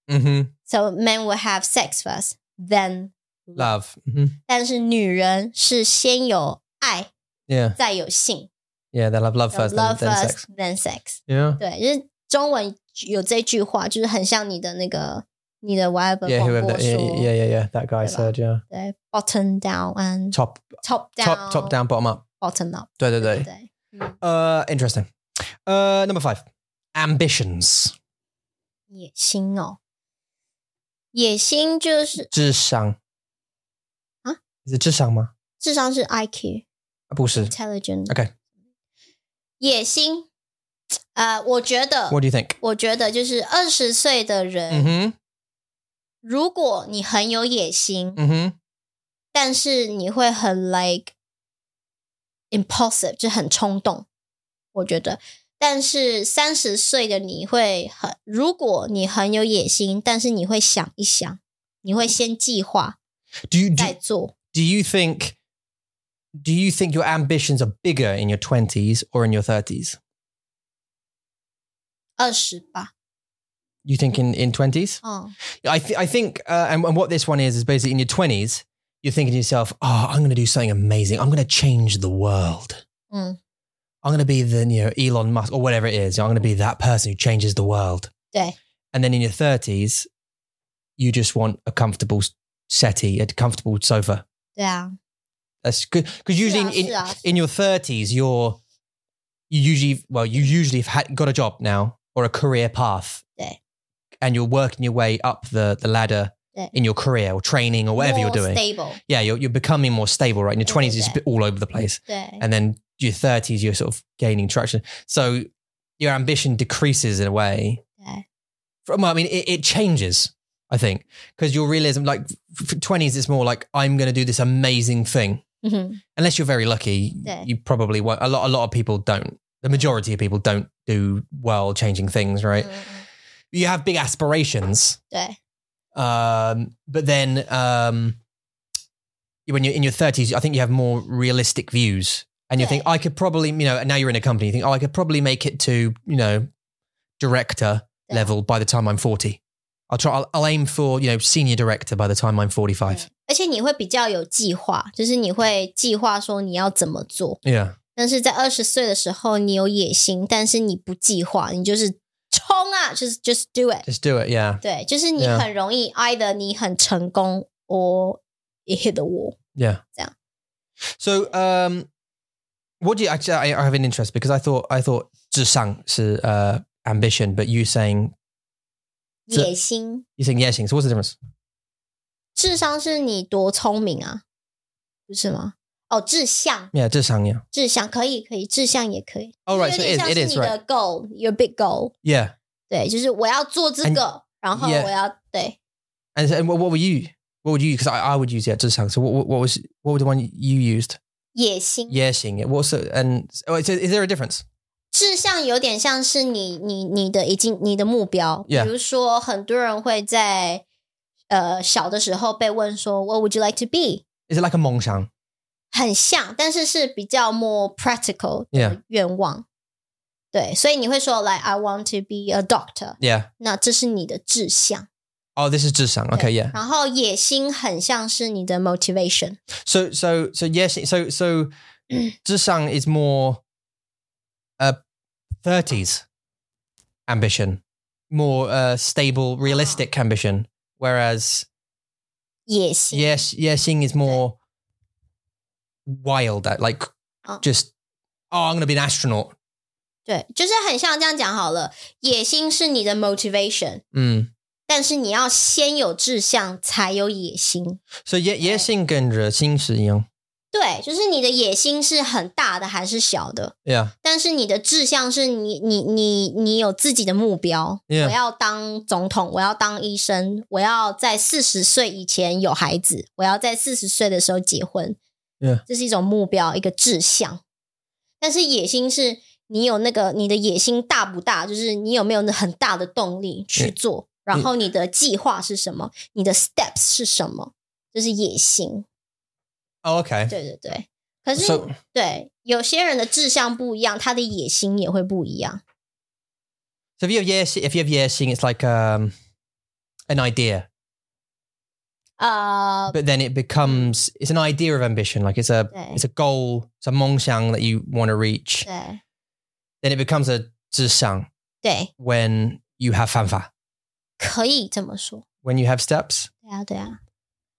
B: hmm
A: So men will have sex first, then
B: Love. hmm
A: 但是女人是先有爱，
B: Yeah.
A: 再有性。
B: Yeah. They'll have love
A: So
B: first, then-
A: love
B: then,
A: first,
B: sex.
A: then sex。
B: Yeah.
A: 对，就是中文有这句话，就是很像你的那个你的 whatever
B: Yeah.
A: 广
B: Whoever.
A: 播
B: That, yeah,
A: 说
B: yeah. Yeah. Yeah. That guy
A: Yeah.
B: said. Yeah.
A: 对，bottom down and
B: Top.
A: top down,
B: Top. Top down. Bottom up.
A: bottom up，对
B: 对对对。
A: 对。
B: Uh, interesting. Uh, number five. Ambitions.
A: 野心哦，野心就是
B: 智商.
A: 啊？
B: Is it 智商吗?
A: 智商是 IQ
B: 不是.
A: intelligent。
B: Okay.
A: 野心，呃，我嗯觉得，
B: What do you think?
A: 我觉得就是二十岁的人，
B: Mm-hmm.
A: 如果你很有野心，
B: Mm-hmm.
A: 但是你会很 like impulsive，就很冲动，我觉得。但是三十岁的你会很，如果你很有野心，但是你会想一想，你会先计划
B: Do you do,
A: 再做。
B: do you think do you think your ambitions are bigger in your 20s or in your 30s?
A: 二十吧，
B: You think in in 20s?
A: 嗯
B: I th- I think uh, and, and what this one is is basically in your 20s you're thinking to yourself, "Oh, I'm going to do something amazing. I'm going to change the world."
A: 嗯，
B: I'm going to be the you know Elon Musk or whatever it is. I'm going to be that person who changes the world.
A: 对
B: And then in your 30s, you just want a comfortable settee, a comfortable sofa.
A: 对啊，
B: That's good because usually
A: Yeah,
B: in, in,
A: yeah.
B: in your 30s, you're you usually well you usually have had, got a job now or a career path.
A: Yeah.
B: And you're working your way up the the ladder
A: Yeah.
B: in your career or training or whatever you're
A: More
B: doing.
A: stable，
B: Yeah, you're, you're becoming more stable, right? In your 20s, it's a bit all over the place
A: 对
B: and then your 30s you're sort of gaining traction so your ambition decreases in a way
A: 对，
B: from i mean it, it changes i think because you'll realism like f- f- 20s it's more like i'm going to do this amazing thing
A: 嗯哼，
B: unless you're very lucky
A: Yeah.
B: you probably won't a lot a lot of people don't the majority of people don't do world changing things right
A: 嗯嗯嗯
B: you have big aspirations
A: 对
B: um, but then um, when you're in your 30s, I think you have more realistic views. And you
A: Yeah.
B: think, I could probably, you know, and now you're in a company, you think, oh, I could probably make it to, you know, director
A: Yeah.
B: level by the time I'm 40. I'll try, I'll, I'll aim for, you know, senior director by the time I'm 45.
A: 对，嗯而且你会比较有计划，就是你会计划说你要怎么做，
B: Yeah.
A: 但是在二十岁的时候，你有野心，但是你不计划，你就是冲啊，就是 just do it。
B: Just do it. Yeah.
A: 对，就是你
B: Yeah.
A: 很容易 either 你很成功，or it hit the wall。
B: Yeah.
A: Yeah.
B: So, um, what do you actually? I, I have an interest because I thought I thought 智商是, uh ambition, but you saying 这
A: 野心、
B: you saying yes, so what's the difference?
A: 智商是你多聪明啊，不是吗？哦，志向，
B: Yeah, 智商, yeah.
A: 志向可以，可以，志向也可以。
B: Oh, right.
A: 有
B: So
A: 点
B: it is,
A: 像
B: it
A: 是
B: is,
A: 你
B: right.
A: 的 goal，your big goal。
B: Yeah.
A: 对，就是我要做这
B: And-
A: 个，然后
B: Yeah.
A: 我要对
B: And, so- and what, what were you? What would you? Because I, I would use yeah, 智商. So what, what, what was what was the one you used?
A: 野心。
B: Yeah, seeing it. What's the, and oh, so is there a difference?
A: 志向有点像是你你你的已经你的目标
B: Yeah.
A: 比如说很多人会在呃小的时候被问说 What would you like to be？
B: Is it like a 梦想?
A: 很像，但是是比较 more practical
B: Yeah.
A: 的愿望。对，所以你会说来 I want to be a doctor，
B: Yeah.
A: 那这是你的志向。
B: Oh, this is 智商. Okay, yeah.
A: 然后野心很像是你的 motivation，
B: So so so yes. So so 智商 is more uh 30s ambition, more uh stable, realistic ambition. Whereas
A: 野心。
B: yes, yesing is more wild, uh, like
A: Oh.
B: just oh, I'm gonna be an astronaut.
A: 对，就是很像这样讲好了。野心是你的 motivation，
B: Mm.
A: 但是你要先有志向，才有野心。
B: So yeah, yeah, sing and uh, sing young.
A: 对，就是你的野心是很大的还是小的，
B: Yeah,
A: 但是你的志向是你你你你有自己的目标。我
B: yeah,
A: 要当总统，我要当医生，我要在四十岁以前有孩子，我要在四十岁的时候结婚。
B: Yeah
A: 这是一种目标，一个志向。但是野心是你有那个你的野心大不大，就是你有没有那很大的动力去做，然后你的计划是什么，你的 steps 是什么，这是野心。
B: Oh, okay.
A: 对对对，可是
B: So
A: 对有些人的志向不一样，他的野心也会不一样。
B: So if you have year, if you have year seeing, it's like um, an idea,
A: Uh,
B: but then it becomes it's an idea of ambition. Like it's a
A: Okay.
B: it's a goal, it's a 梦想 that you want to reach.
A: 对
B: Then it becomes a 志向
A: 对，
B: when you have fanfa,
A: 可以这么说。
B: when you have steps.
A: 对啊，对啊。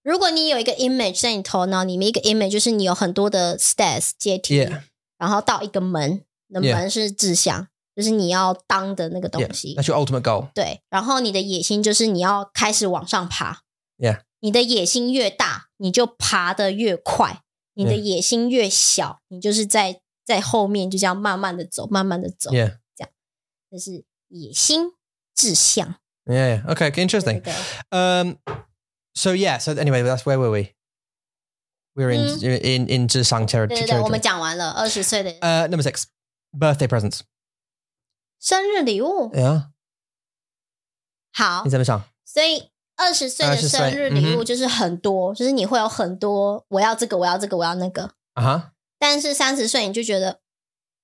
A: 如果你有一个 image 在你头脑里面，一个 image 就是你有很多的 stairs 阶梯
B: Yeah,
A: 然后到一个门，那
B: Yeah.
A: 门是志向就是你要当的那个东
B: yeah,
A: 西。
B: that's your ultimate goal.
A: 对，然后你的野心就是你要开始往上爬。
B: Yeah.
A: 你的野心越大，你就爬得越快；你的
B: Yeah.
A: 野心越小，你就是在在后面就这样慢慢的走，慢慢的走。
B: Yeah,
A: 这是野心志向。
B: yeah, yeah. Okay, okay,
A: 对
B: interesting.
A: 对
B: Um, so yeah, so anyway, that's where were we? We were in in in 志向 terri-
A: 对对
B: territory.
A: 对，我们讲完了二十岁的
B: Uh, number six, birthday presents.
A: 生日礼物。
B: Yeah,
A: 好，
B: 你怎么想？
A: 所以二十岁的
B: 20岁嗯
A: 生日礼物就是很多，就是你会有很多，我要这个，我要这个，我要那个。
B: Uh-huh.
A: 但是三十岁你就觉得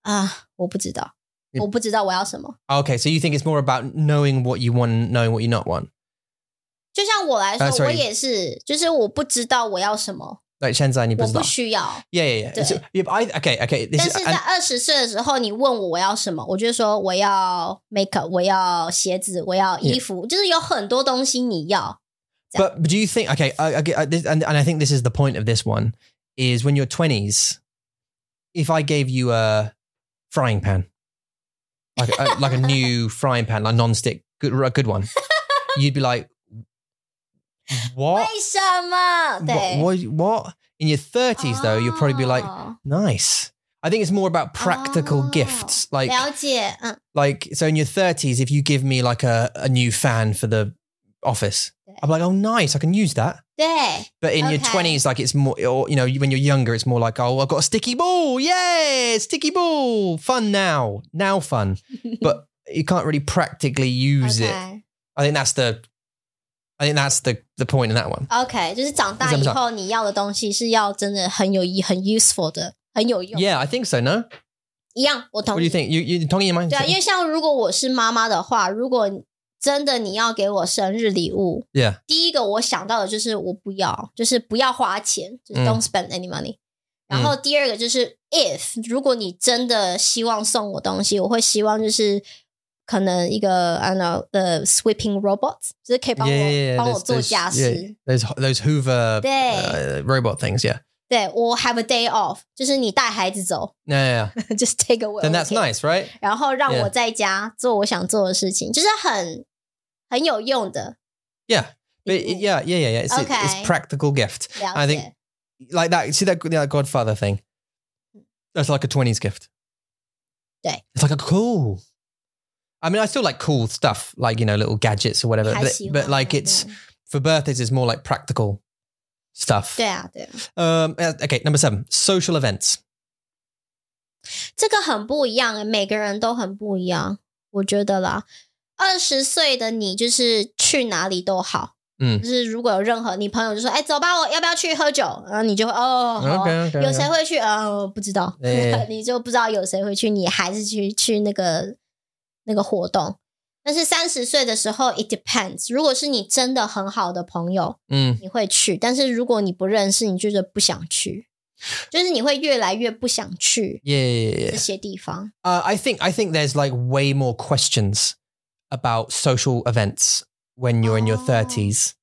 A: 啊，我不知道，
B: 嗯
A: 我不知道我要什么。
B: Okay, so you think it's more about knowing what you want and knowing what you not want.
A: 就像我来
B: 呃
A: 说，
B: ，sorry
A: 我也是，就是我不知道我要什么，
B: Like 现在你不
A: 我不
B: 知道。
A: 需要。
B: Yeah, yeah, yeah. So, yeah, but I, okay, okay.
A: 但
B: This
A: 是
B: is,
A: 在
B: and,
A: 二十岁的时候，你问我我要什么，我就说我要 makeup，我要鞋子，我要衣服，就是有很多东西你要。
B: but do you think? Okay, I, I, get- I, this, and, and I think this is the point of this one is when you're twenties. If I gave you a frying pan, like a, like a new frying pan, like non-stick, good, a good one, you'd be like, what?
A: 为什么？
B: What,
A: 对，
B: what? What? In your thirties, though, you'll probably be like,
A: 哦
B: nice. I think it's more about practical
A: Oh.
B: gifts, like.
A: 了解，嗯，
B: like so in your 30s if you give me like a, a new fan for the office
A: Yeah.
B: i'm like oh nice i can use that
A: 对。
B: but in your
A: Okay.
B: 20s like it's more or you know when you're younger it's more like oh i've got a sticky ball yeah sticky ball fun now now fun but you can't really practically use it
A: OK
B: i think that's the i think that's the the point in that one
A: OK，就是长大
B: 是不
A: 以
B: 是
A: 后你要的东西是要真的很有意、很 useful 的、很有用。
B: yeah i think so no
A: 一样，我
B: what
A: 同
B: do
A: 意
B: you。think you you talking in your mind
A: 对啊，因为像如果我是妈妈的话，如果真的你要给我生日礼物，
B: yeah
A: 第一个我想到的就是我不要，就是不要花钱，就是
B: 嗯
A: don't spend any money。然后第二个就是 if 如果你真的希望送我东西，我会希望就是可能一个 I don't know 呃 sweeping robot，就是可以帮
B: yeah, yeah, yeah.
A: 我帮我
B: those-
A: 做
B: those-
A: 家
B: yeah,
A: 事。
B: those those Hoover
A: Yeah.
B: uh, robot things, yeah.
A: 对我 have a day off，就是你带孩子走
B: Yeah, yeah, yeah.
A: ，just take away，
B: Then that's
A: okay
B: nice, right?
A: 然后让
B: Yeah.
A: 我在家做我想做的事情，就是很很有用的。
B: Yeah. But it-
A: Ooh.
B: yeah, yeah, yeah, yeah. It's, it-
A: Okay.
B: it's practical gift.
A: 了
B: I
A: 解
B: think- Like that, see that, that Godfather thing? That's like a 20s gift.
A: Yeah.
B: It's like a cool. I mean, I still like cool stuff, like, you know, little gadgets or whatever.
A: 还
B: But,
A: 喜欢
B: but like it's
A: 嗯
B: for birthdays, it's more like practical stuff.
A: 对啊，对啊，
B: Um, uh, okay, number seven, social events.
A: 这个很不一样，欸每个人都很不一样，我觉得啦。二十岁的你就是去哪里都好，
B: 嗯
A: 就是如果有任何你朋友就说，哎，走吧，我要不要去喝酒？然后你就会哦，好啊
B: okay,
A: 有谁会去？呃，不知道，
B: 哎
A: 你就不知道有谁会去，你还是去去那个那个活动。但是三十岁的时候，it depends。如果是你真的很好的朋友，
B: Mm.
A: 你会去；但是如果你不认识，你就是不想去，就是你会越来越不想去
B: Yeah, yeah, yeah,
A: 这
B: yeah.
A: 些地方。
B: Uh, I think I think there's like way more questions about social events when you're in your
A: Oh.
B: thirties.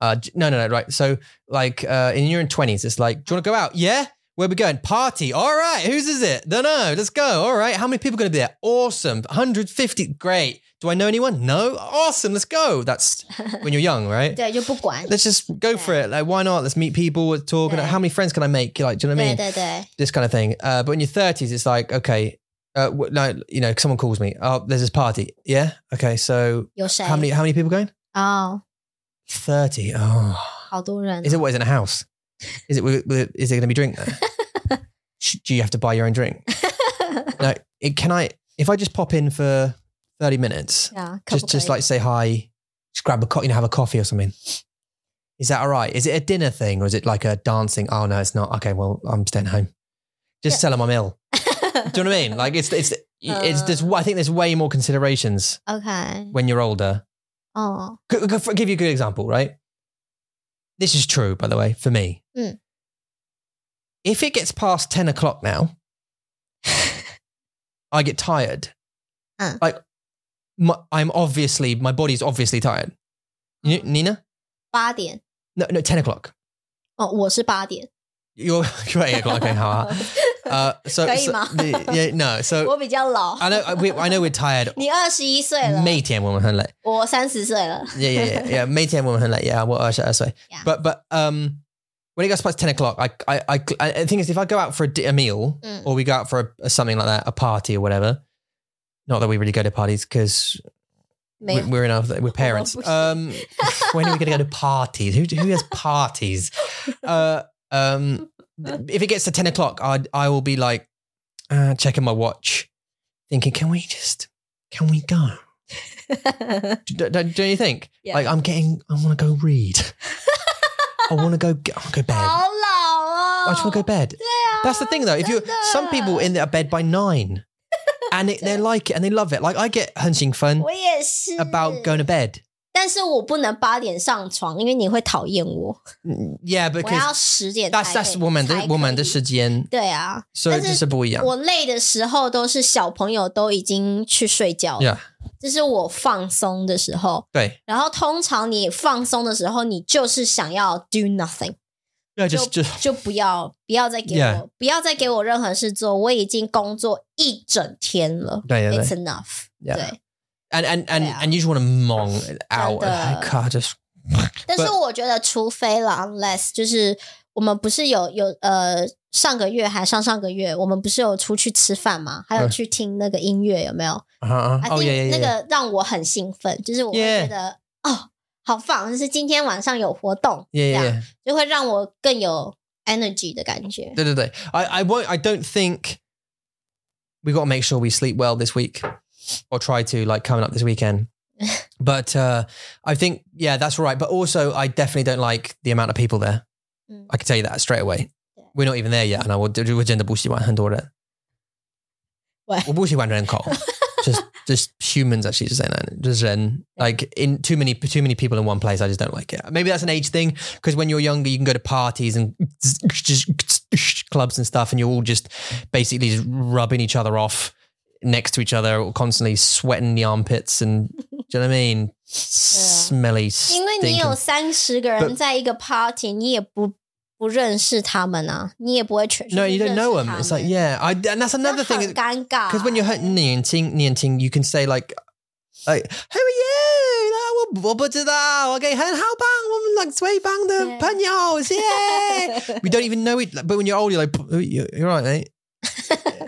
B: Uh, j- no, no, no, right. So like uh, in your twenties, it's like, do you want to go out? Yeah. Where we going? Party. All right. Whose is it? Don't know. Let's go. All right. How many people going to be there? Awesome. 150. Great. Do I know anyone? No. Awesome. Let's go. That's when you're young, right?
A: 对，就不管。
B: Let's just go for it. Like, why not? Let's meet people. Let's talk.
A: Yeah.
B: How many friends can I make? Like, do you know what I mean?
A: 对对对，
B: this kind of thing. Uh, but in your thirties, it's like okay, uh, w- no, you know, someone calls me. Oh, there's this party. Yeah, okay. So
A: 有谁？
B: how many how many people going?
A: 哦，
B: Thirty. Oh,
A: 好多人啊
B: is it what is it in a house? Is it wi- wi- is there going to be drink there? Sh- Do you have to buy your own drink?
A: 啊。
B: No. It, can I if I just pop in for thirty minutes,
A: 对啊，可不
B: just
A: 可以
B: just like say hi, just grab a co- you know have a coffee or something. Is that all right? Is it a dinner thing or is it like a dancing? Oh no, it's not. Okay, well I'm staying home. Just tell them I'm ill. Do you know what I mean? Like it's it's it's there's I think there's way more considerations
A: Okay.
B: when you're older.
A: Oh.
B: G- g- give you a good example, right? This is true, by the way, for me.
A: Mm.
B: If it gets past ten o'clock now, I get tired.
A: Uh.
B: Like, my, I'm obviously my body's obviously tired. Ni- Nina,
A: 八点。
B: no, no, ten o'clock.
A: 哦，我是八点。
B: You're you're eight o'clock. Okay, how? Uh, so,
A: Can you
B: so
A: imagine?
B: the- yeah, no. So
A: 我比较老。
B: 呃 I know I, we, I know we're tired.
A: 你二十一岁了，
B: 每天我们很累。
A: 我三十岁了。
B: Yeah, yeah, yeah, yeah. 每天我们很累。Yeah, 我二十二岁。
A: Yeah.
B: But but um, when it gets past ten o'clock, I I I I- the thing is, if I go out for a, di- a meal
A: Mm.
B: or we go out for a, a something like that, a party or whatever. Not that we really go to parties because
A: 没有，
B: we're in our we're parents. Um, when are we going to go to parties? Who who has parties? Uh, um, if it gets to ten o'clock, I I will be like uh, checking my watch, thinking, can we just can we go? Don't, don't, don't you think?
A: Yeah.
B: Like I'm getting, I want to go read. I want to go. Get, I want to go bed.
A: 好老哦。
B: I just want to go bed.
A: 对啊。
B: That's the thing, though. If you, some people in their bed by nine, and it, they like it and they love it. Like I get hunching fun
A: 我也是。
B: about going to bed.
A: 但是我不能八点上床，因为你会讨厌我。
B: Yeah,
A: 我要
B: because
A: 十点才
B: that's that's
A: 可以
B: woman
A: 才可
B: 的
A: 以
B: woman 的时间，
A: 对啊，
B: 所以
A: 但是
B: 就是不一样。
A: 我累的时候都是小朋友都已经去睡觉了
B: Yeah，
A: 这是我放松的时候。
B: 对
A: 然后通常你放松的时候，你就是想要 do nothing，
B: ，Yeah，
A: 就
B: 就是就
A: 就不要不要再给我
B: Yeah
A: 不要再给我任何事做，我已经工作一整天了
B: 对对
A: ，it's
B: 对
A: enough。
B: Yeah
A: 对，
B: ，and and and
A: 对啊
B: and you just want to mong it out.
A: 真的
B: Like, God, just
A: 但是
B: But-
A: 我觉得，除非啦，unless 就是我们不是有有呃上个月还上上个月，我们不是有出去吃饭吗？还有
B: 嗯
A: 去听那个音乐，有没有
B: uh huh.
A: I
B: Oh yeah,
A: think
B: yeah,
A: 那
B: yeah.
A: 个让我很兴奋，就是我会
B: Yeah
A: 觉得哦，好棒，就是今天晚上有活动，
B: Yeah,
A: 这样
B: yeah, yeah.
A: 就会让我更有 energy 的感觉。
B: 对对对，I I won't. I don't think we got to make sure we sleep well this week, or try to like coming up this weekend. But uh, I think yeah, that's right. But also, I definitely don't like the amount of people there.
A: Mm.
B: I can tell you that straight away.
A: Yeah.
B: We're not even there yet, and I will do agenda bullshit one hundred order.
A: Why?
B: Just just humans actually just saying that. Just then like in too many too many people in one place. I just don't like it. Maybe that's an age thing because when you're younger, you can go to parties and just clubs and stuff, and you're all just basically just rubbing each other off next to each other, or constantly sweating the armpits, and do you know what I mean? Smelly,
A: 因为你有
B: stinking.
A: 三十个人
B: But-
A: 在一个 party，你也不不认识他们啊，你也不会全
B: No, you don't know
A: 认
B: them.
A: 识他
B: It's like
A: 们
B: yeah, I, and that's
A: 那
B: another thing.
A: 很尴尬，啊
B: Because when you're hurt nianting, nianting, you can say like, like, who are you?
A: 对。
B: 那我我不知道，我跟很好棒，我们like 最棒的朋友，耶！We don't even know it. like, But when you're old, you're like, "Who- you- you're right, mate.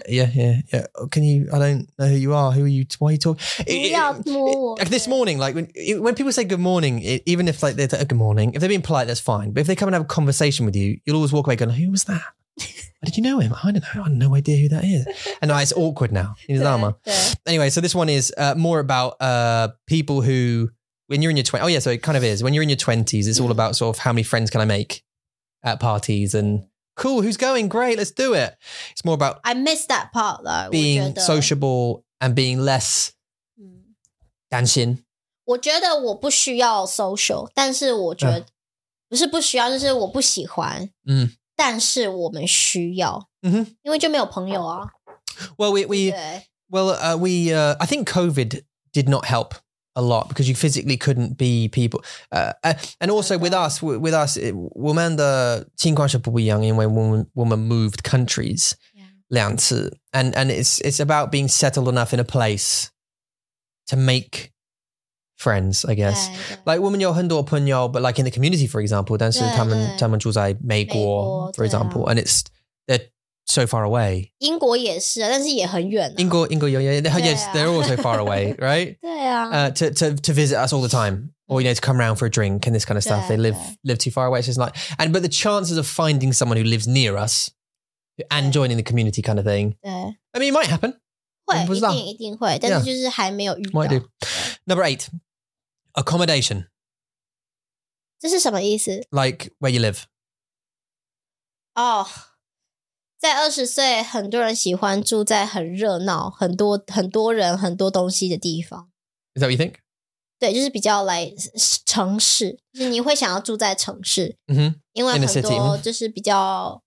B: yeah, yeah, yeah. Oh, Can you? I don't know who you are. Who are you? Why are you talking?
A: 不要摸我。
B: Like this morning, like when it- when people say good morning, it, even if like they're like, good morning, if they're being polite, that's fine. But if they come and have a conversation with you, you'll always walk away going, "Who was that? Did you know him? I don't know. I have no idea who that is." And now it's awkward now. You know,
A: 对
B: Zama
A: 对，
B: anyway, so this one is uh, more about uh, people who, when you're in your 20s, oh yeah, so it kind of is. When you're in your 20s, it's all
A: Mhm.
B: about sort of how many friends can I make at parties and cool, who's going? Great, let's do it. It's more about
A: I miss that part though. 我觉
B: being
A: 得
B: sociable and being less
A: 嗯
B: dancing.
A: 我觉得我不需要 social，但是我觉得、不是不需要，就是我不喜欢。
B: 嗯，
A: 但是我们需要，
B: Mhm.
A: 因为就没有朋友啊。
B: Well, we, we
A: 对，
B: well, uh, we, uh, I think COVID did not help a lot because you physically couldn't be people. Uh, uh, and also with us, with with us, it- 我们的情况是不一样，因为我们我们 moved countries. 两次. And and it's it's about being settled enough in a place to make friends, I guess.
A: 对对
B: Like women your Hundopunyo, but like in the community, for example, then so
A: 对，对。
B: Taman
A: 美国，
B: for
A: 对
B: example.
A: 啊。
B: And it's they're so far away.
A: 英国也是啊，但是也很远、啊。
B: Ingo Ingo yo- yo- yo- yes,
A: Yeah. Uh-huh.
B: they're all so far away, right?
A: 对啊，
B: Uh, to, to to visit us all the time. Or you know, to come round for a drink and this kind of stuff.
A: Yeah,
B: they live
A: yeah.
B: live too far away. So it's like and but the chances of finding someone who lives near us and
A: Yeah.
B: joining the community kind of thing.
A: 对，
B: I mean it might happen.
A: 会
B: 我不
A: 一
B: 知道
A: 定一定会，但
B: Yeah
A: 是就是还没有遇到
B: Might。do. Number eight, accommodation,
A: 这是什么意思？
B: like where you live.
A: 哦、在二十岁，很多人喜欢住在很热闹、很多很多人、很多东西的地方。
B: Is that what you think?
A: 对，就是比较来城市，就是你会想要住在城市，
B: hmm
A: 因为
B: Inner
A: 很
B: city，
A: 多
B: 嗯
A: 就是比较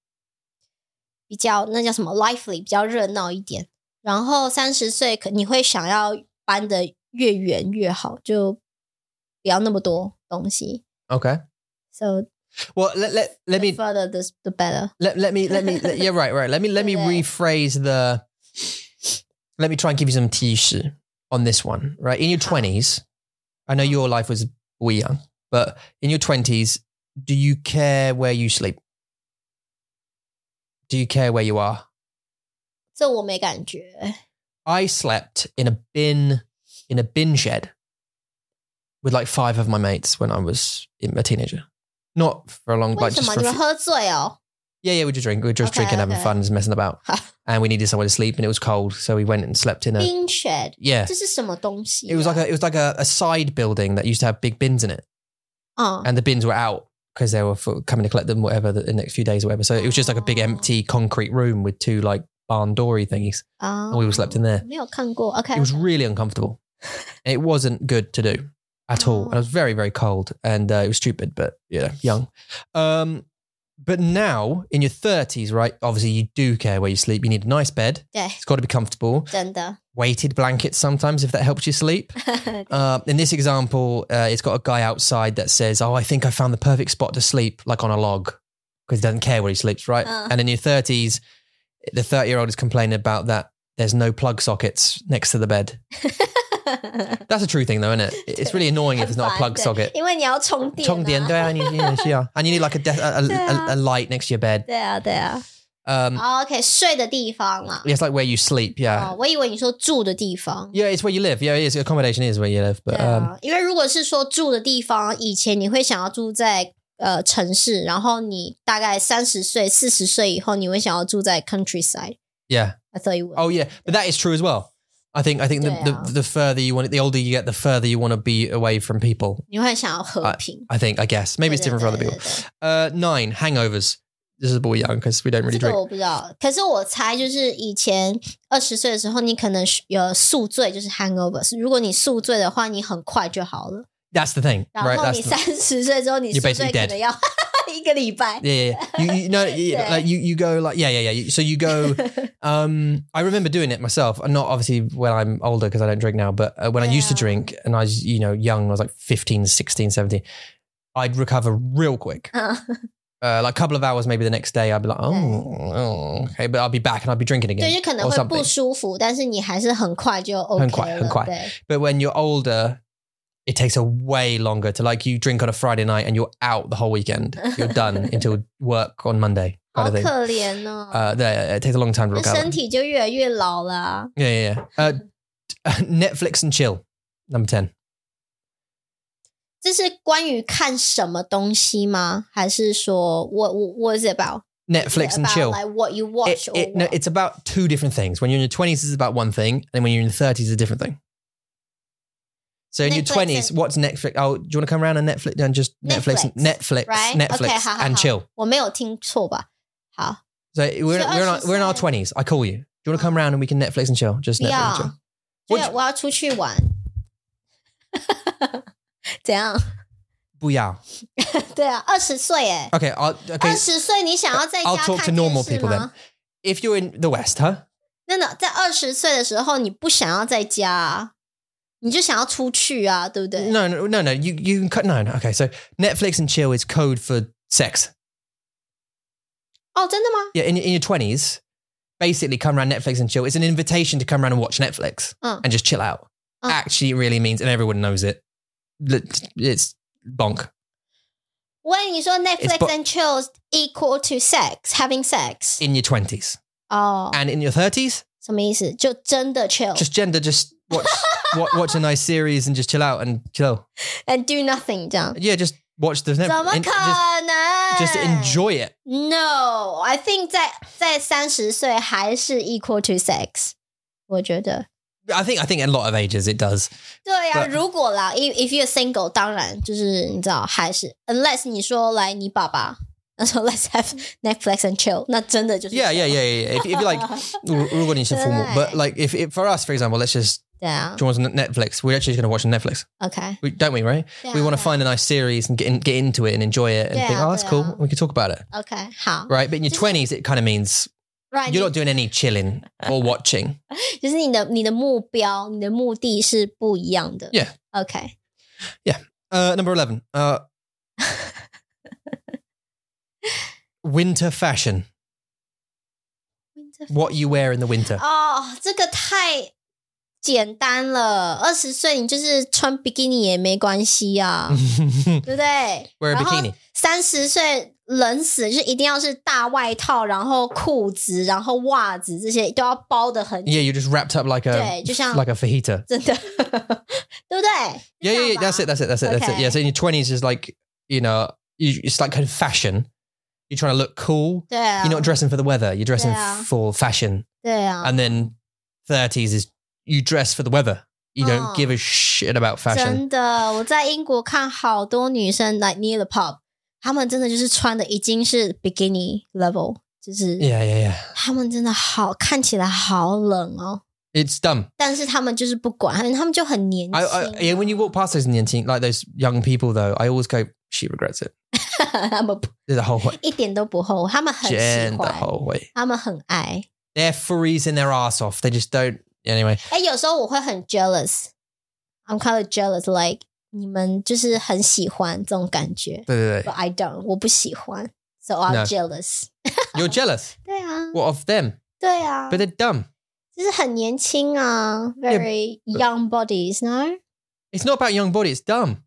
A: 比较那叫什么 lively，比较热闹一点。然后三十岁可你会想要搬的越远越好，就不要那么多东西。
B: Okay.
A: So
B: Well, let let
A: the
B: let me
A: further the the better.
B: let, let me let me let, yeah right right let me let me
A: Yeah.
B: rephrase the let me try and give you some tips on this one right in your 20s i know your life was we young but in your 20s do you care where you sleep do you care where you are
A: 这我没感觉。
B: i slept in a bin in a bin shed with like five of my mates when i was a teenager not for a long
A: 为
B: like
A: 什
B: just
A: 么
B: for a
A: 你
B: few,
A: 们喝醉哦？
B: Yeah, yeah, we just drink. We were just
A: Okay,
B: drinking, having
A: okay.
B: fun, just messing about.
A: Ha.
B: and we needed somewhere to sleep, and it was cold, so we went and slept in a
A: 冰 shed，
B: yeah.
A: 这是什么东西啊？
B: It was like a it was like a, a side building that used to have big bins in it,
A: 嗯
B: and the bins were out because they were for coming to collect them, whatever the, the next few days or whatever. So it was just like a big
A: Oh.
B: empty concrete room with two like barn doory thingies.
A: 啊
B: we all Oh, slept in there.
A: 没有看过。OK，
B: It was really uncomfortable. it wasn't good to do at all, and it was very very cold, and uh, it was stupid, but you know, young. Um, but now in your thirties, right? Obviously, you do care where you sleep. You need a nice bed.
A: 对，
B: It's got to be comfortable.
A: 真的。
B: Weighted blankets sometimes, if that helps you sleep. Uh, in this example, uh, it's got a guy outside that says, "Oh, I think I found the perfect spot to sleep, like on a log, because he doesn't care where he sleeps, right?"
A: Uh.
B: And in your thirties, the thirty-year-old is complaining about that. There's no plug sockets next to the bed. That's a true thing, though, isn't it? It's really annoying if there's not a plug
A: 很烦，对。
B: socket.
A: 因为你要充电、啊。
B: Chong Dien, and you need like a, de- a, a, a, a light next to your bed.
A: 对啊，对啊。
B: Um,
A: o OK，睡的地方啦。
B: it's like where you sleep, yeah.
A: 哦，我以为你说住的地方。
B: Yeah, it's where you live. Yeah, it is. Accommodation is where you live.
A: 对
B: But um,
A: 啊，因为如果是说住的地方，以前你会想要住在呃城市，然后你大概三十岁、四十岁以后，你会想要住在 countryside。
B: yeah.
A: I thought you would.
B: Oh yeah, but that is true as well. I think I think the,
A: Yeah.
B: the, the further you want it, the older you get, the further you want to be away from people.
A: 你会想要和平。
B: I think. I guess maybe it's
A: 对
B: different for
A: 对
B: other
A: 对
B: people.
A: 对对
B: Uh, nine hangovers. This is a boy young because we don't really
A: 这个
B: drink.
A: 我不知道，可是我猜就是以前二十岁的时候，你可能是有宿醉，就是 hangover。如果你宿醉的话，你很快就好了。
B: That's the thing,
A: 然
B: right?
A: 后你
B: That's
A: 三
B: the,
A: 十岁之后，你宿
B: You're
A: 醉
B: basically
A: 可
B: dead.
A: 能要 一个礼拜。
B: yeah, yeah, yeah. You, you know, you,
A: Yeah.
B: like you, you go like yeah, yeah, yeah. You- So you go. Um, I remember doing it myself. Not obviously when I'm older because I don't drink now, but uh, when I used to
A: Yeah.
B: drink and I was you know young, I was like 15, 16, 17. I'd recover real quick.
A: 嗯，
B: uh, like a couple of hours, maybe the next day, I'd be like, oh, oh, okay, but I'll be back and I'll be drinking
A: 对，
B: again.
A: 就可能
B: or
A: 会不
B: something.
A: 舒服，但是你还是很快就 OK
B: 很快
A: 了
B: 很快
A: 对
B: But when you're older, it takes a way longer to like you drink on a Friday night and you're out the whole weekend. You're done until work on Monday,
A: 好
B: kind of thing.
A: 可怜哦，
B: Uh, there, it takes a long time to
A: 那
B: recover.
A: 身体就越来越老了啊。
B: Yeah, yeah, yeah. Uh, Netflix and chill, number ten.
A: 这是关于看什么东西吗？还是说我我 What is it about？
B: Netflix and
A: About,
B: chill.
A: Like what you
B: It-
A: watch or
B: it- no,
A: what?
B: it's about two different things. When you're in your 20s, it's about one thing, and then when you're in your 30s, it's a different thing. So in your
A: Netflix
B: 20s,
A: and-
B: what's Netflix? Oh, do you want to come around on Netflix and just Netflix,
A: Netflix,
B: and- Netflix,
A: right?
B: Netflix,
A: Okay, ha, ha,
B: and
A: ha.
B: chill?
A: 我没有听错吧？好，
B: So we're,
A: So oh,
B: we're, in our,
A: us
B: we're in our
A: decide.
B: 20s. I call you. Do
A: Oh.
B: you want to come around and we can Netflix and chill? Just
A: 不
B: Netflix
A: 要
B: and chill.，
A: 因
B: What
A: 为
B: do-
A: 我要出去玩。 怎样？
B: Booyah.
A: 对啊，二十岁哎，
B: Okay, I'll, okay.
A: 二十岁你想要在家
B: I'll
A: 看
B: talk to
A: 电
B: normal
A: 视
B: people
A: 吗
B: then.？If you're in the West, huh?
A: 真的，在二十岁的时候，你不想要在家、啊，你就想要出去啊，对不对？
B: No, no, no, no. You, you can cut. No, no. Okay, so Netflix and chill is code for sex.
A: 哦，真的吗？
B: yeah, in, in your twenties, basically come around Netflix and chill. It's an invitation to come around and watch Netflix
A: Mm.
B: and just chill out.
A: Mm.
B: Actually, it really means, and everyone knows it. li- It's bonk.
A: 喂，你说 Netflix
B: bo-
A: and chill is equal to sex, having sex？
B: In your twenties
A: 哦，
B: and in your thirties,
A: 什么意思？就真的 chill
B: just gender, just watch, watch watch a nice series and just chill out and chill.
A: and do nothing 这样？
B: Yeah, just watch the
A: 怎么
B: Netflix. Just,
A: 可能
B: just enjoy it.
A: No, I think 在在三十岁还是 equal to sex，我觉得。
B: I think I think in a lot of ages it does.
A: 对呀、
B: But-
A: 如果啦，if if you're single，当然就是你知道，还是 unless 你说来你爸爸，他说 Let's have Netflix and chill，那真的就是
B: Yeah, yeah, yeah, yeah. yeah. If, if you like, 如果你是父母, but
A: Right.
B: like if, if for us, for example, let's just
A: 对啊
B: join on Netflix. We're actually just going to watch Netflix,
A: ，OK，
B: we, don't we? Right?
A: 对啊
B: We want to
A: 对啊
B: find a nice series and get in, get into it and enjoy it and
A: Yeah,
B: think, oh, that's cool.
A: yeah.
B: We can talk about it,
A: OK 好
B: right? But in your
A: Just-
B: twenties, it kind of means
A: ，Right，
B: you're not doing any chilling or watching.
A: 就是你的你的目标、你的目的是不一样的。
B: Yeah.
A: OK，
B: Uh, number eleven. Uh, winter fashion. What you wear in the winter?
A: 哦，这个太简单了。二十岁你就是穿比基尼也没关系啊，对不对？
B: Wear a
A: 然后
B: bikini.
A: 三十岁冷死，就是一定要是大外套，然后裤子，然后袜子这些都要包的很紧，
B: Yeah, you're just wrapped up like a
A: 对，就像-
B: like a fajita.
A: 真的， 对不对？
B: Yeah, yeah, yeah, that's it, that's it, that's it, that's it.
A: Okay.
B: Yeah, so in your twenties is like you know, you, it's like kind of fashion. You're trying to look cool.
A: 对啊，
B: You're not dressing for the weather. You're dressing
A: Yeah.
B: for fashion.
A: 对啊，
B: And then thirties is you dress for the weather. You don't
A: Oh.
B: give a shit about fashion.
A: 真的，我在英国看好多女生 like n e a the pub，她们真的就是穿的已经是 bikini level，就是
B: Yeah, yeah, yeah.
A: 她们真的好看起来好冷哦，
B: It's dumb.
A: 但是她们就是不管，她们她们就很年轻
B: I,
A: 啊、
B: I yeah, when you walk past those in the teen, like those young people though, I always go, she regrets it.
A: 她们不
B: There's a whole way.
A: 一点都不后悔，她们很喜
B: Jen, the
A: 欢，
B: whole way.
A: 她们很爱。
B: They're freezing their ass off. They just don't anyway.
A: 哎、有时候我会很 jealous，I'm kind of jealous，like 你们就是很喜欢这种感觉
B: 对对对。
A: ，but I don't，我不喜欢，so I'm
B: No.
A: jealous。
B: You're jealous.
A: 对啊，
B: What of them?
A: 对啊
B: But。they're dumb.
A: 就是很年轻啊，very young bodies，no？
B: It's not about young body. It's dumb.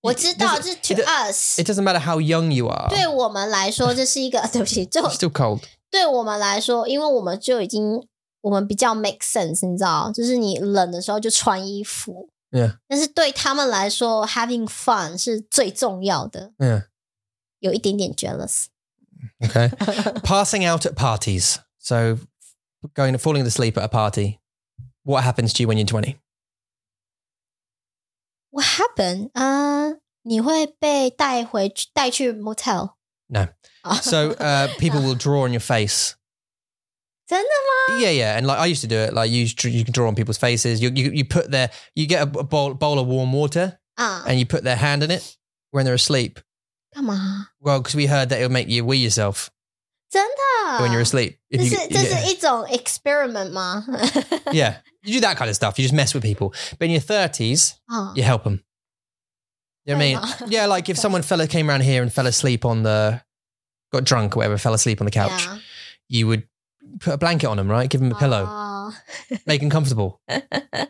A: 我
B: It-
A: 知
B: it
A: 道，就
B: doesn't-
A: 是 to
B: it do-
A: us，
B: It doesn't matter how young you are.
A: 对我们来说这是一个，对不起，就
B: It's still cold.
A: 对我们来说，因为我们就已经我们比较 make sense，你知道，就是你冷的时候就穿衣服。
B: Yeah.
A: 但是对他们来说，having fun 是最重要的。
B: Yeah.
A: 有一点点 jealous，
B: Okay. Passing out at parties. So going falling asleep at a party. What happens to you when you're 20?
A: What happened？啊、你会被带回去，带去 motel？
B: No.
A: 啊
B: So uh, people will draw on your face.
A: 真的
B: Yeah, yeah, and like I used to do it. Like you, you can draw on people's faces. You, you, you put their, you get a bowl, bowl of warm water,
A: 啊，
B: and you put their hand in it when they're asleep.
A: 干嘛？
B: Well, because we heard that it would make you wee yourself
A: 真的
B: when you're asleep.
A: 这
B: you,
A: 是
B: you
A: 这
B: get-
A: 是一种 experiment 吗？
B: yeah, you do that kind of stuff. You just mess with people. But in your thirties,
A: 啊
B: you help them. You
A: Fair
B: know what I mean?
A: enough.
B: Yeah, like if someone fella came around here and fell asleep on the, got drunk or whatever, fell asleep on the couch,
A: yeah.
B: you would put a blanket on them, right? Give them a pillow.
A: 哦
B: make them comfortable.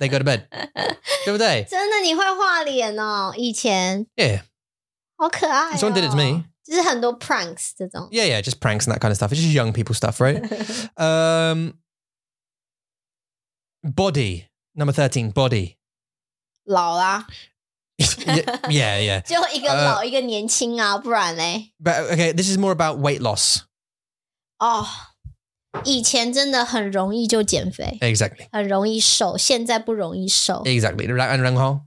B: they go to bed. The other day,
A: 真的你会画脸哦，以前
B: yeah,
A: 好可爱、哦。
B: someone did it to me.
A: 就是很多 pranks 这 种。
B: Yeah, yeah, just pranks and that kind of stuff. It's just young people stuff, right? um, body number thirteen, body.
A: 老啦，
B: yeah, yeah, yeah.
A: 就一个
B: 呃
A: 老、一个年轻啊，不然嘞，
B: But okay, this is more about weight loss.
A: 哦，以前真的很容易就减肥，
B: Exactly,
A: 很容易瘦，现在不容易瘦，
B: exactly. Ra- And Rang Hao.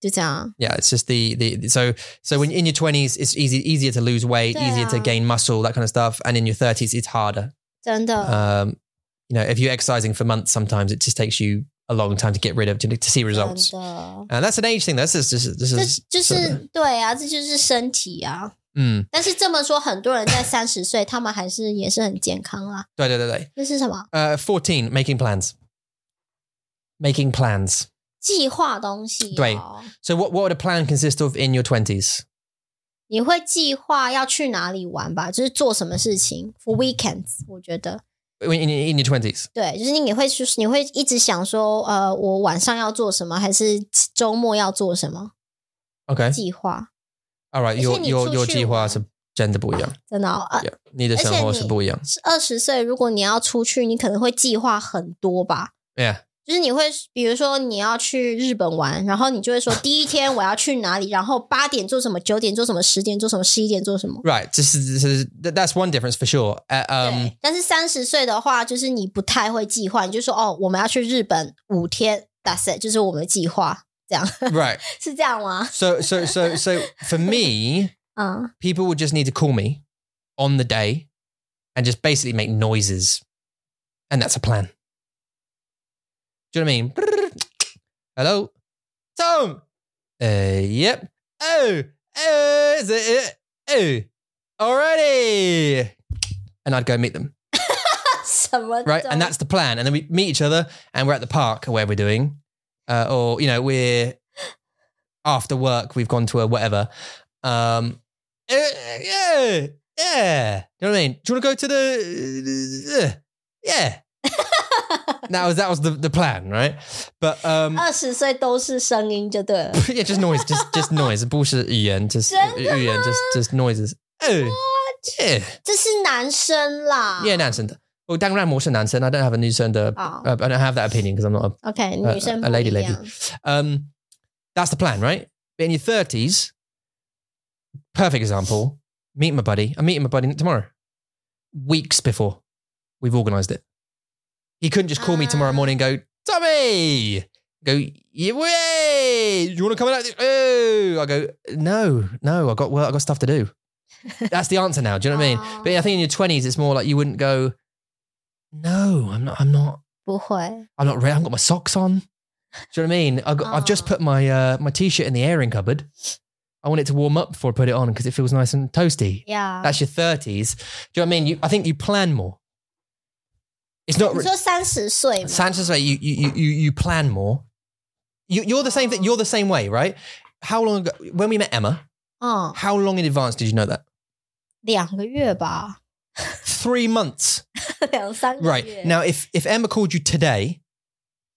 A: 就这样。啊
B: Yeah, it's just the, the so so when in your twenties it's easy easier to lose weight, easier to
A: Yeah.
B: gain muscle, that kind of stuff. And in your thirties it's harder.
A: 真的，
B: Um, you know, if you're exercising for months, sometimes it just takes you a long time to get rid of to, to see
A: 真
B: results.
A: 的，
B: And that's an age thing. This is just this
A: 这
B: is
A: 就是对啊，这就是身体啊。
B: 嗯，
A: 但是这么说，很多人在三十岁，他们还是也是很健康啦。
B: 对对对对。
A: 这是什么
B: 呃、f o u r t e e n making plans, making plans.
A: 计划东西、哦？
B: 对，So what what would a plan consist of in your twenties?
A: 你会计划要去哪里玩吧？就是做什么事情？For weekends，我觉得
B: In, in, in your twenties,
A: 对，就是你会去，你会一直想说，呃，我晚上要做什么，还是周末要做什么？
B: okay.
A: 计划
B: All right, your Uh,
A: 而且你
B: your your
A: 出去玩。
B: 计划是真的不一样，
A: 真的、哦，呃，
B: yeah. 你的生活是不一样。
A: 二十岁，如果你要出去，你可能会计划很多吧。
B: Yeah,
A: 就是你会，比如说你要去日本玩，然后你就会说第一天我要去哪里，然后八点做什么，九点做什么，十点做什么，十一点做什么。
B: right. This is, this is that- that's one difference for sure. Uh,
A: 对
B: um,
A: 但是三十岁的话，就是你不太会计划，你就说哦，我们要去日本五天，That's it，就是我们的计划， 这样
B: right.
A: 是这样吗？
B: So so so so for me,
A: 嗯
B: people would just need to call me on the day and just basically make noises. And that's a plan. Do you know what I mean? Hello? Tom! Uh, yep. Oh, oh, is it? it? Oh, alrighty. And I'd go meet them,
A: Someone
B: right? And that's the plan. And then we meet each other and we're at the park where we're doing, uh, or, you know, we're after work, we've gone to a whatever. Um, uh, yeah, yeah. You know what I mean? Do you want to go to the, uh, yeah. that was, that was the, the plan, right? But, um,
A: 二十岁都是声音就对了。
B: yeah, just noise, just just noise. Bullshit 语言, just
A: 真的吗？
B: 语言, just just noises. Oh, yeah,
A: 这是男生啦。
B: yeah, 男生的. Well, 当然我是男生. I don't have a 女生的.
A: Oh.
B: Uh, I don't have that opinion because I'm not
A: OK，
B: a,
A: 女
B: a,
A: 生
B: 呃 a
A: 不
B: lady
A: 一
B: lady.
A: 样哦
B: Um, that's the plan, right? But in your thirties, perfect example. Meet my buddy. I'm meeting my buddy tomorrow. Weeks before, we've organised it. He couldn't just call me tomorrow morning. and Go, Tommy. Go, yeah, way. You want to come out? Oh, I go. No, no. I got work. I got stuff to do. That's the answer now. Do you know what I mean? But I think in your twenties, it's more like you wouldn't go. No, I'm not. I'm not.
A: 不会。
B: I'm not ready. I haven't got my socks on. Do you know what I mean? I got, I've just
A: Aw.
B: put my uh, my t-shirt in the airing cupboard. I want it to warm up before I put it on because it feels nice and toasty.
A: Yeah，
B: That's your thirties. Do you know what I mean? You, I think you plan more. It's not.
A: 你
B: Re-
A: 说三十岁嘛？
B: Sanchez, like, you you you you plan more. You, you're the same thing. You're the same way, right? How long ago? When we met Emma,
A: 嗯，
B: how long in advance did you know that?
A: 两个月吧，
B: Three months.
A: 两三个月。
B: Right now, if if Emma called you today,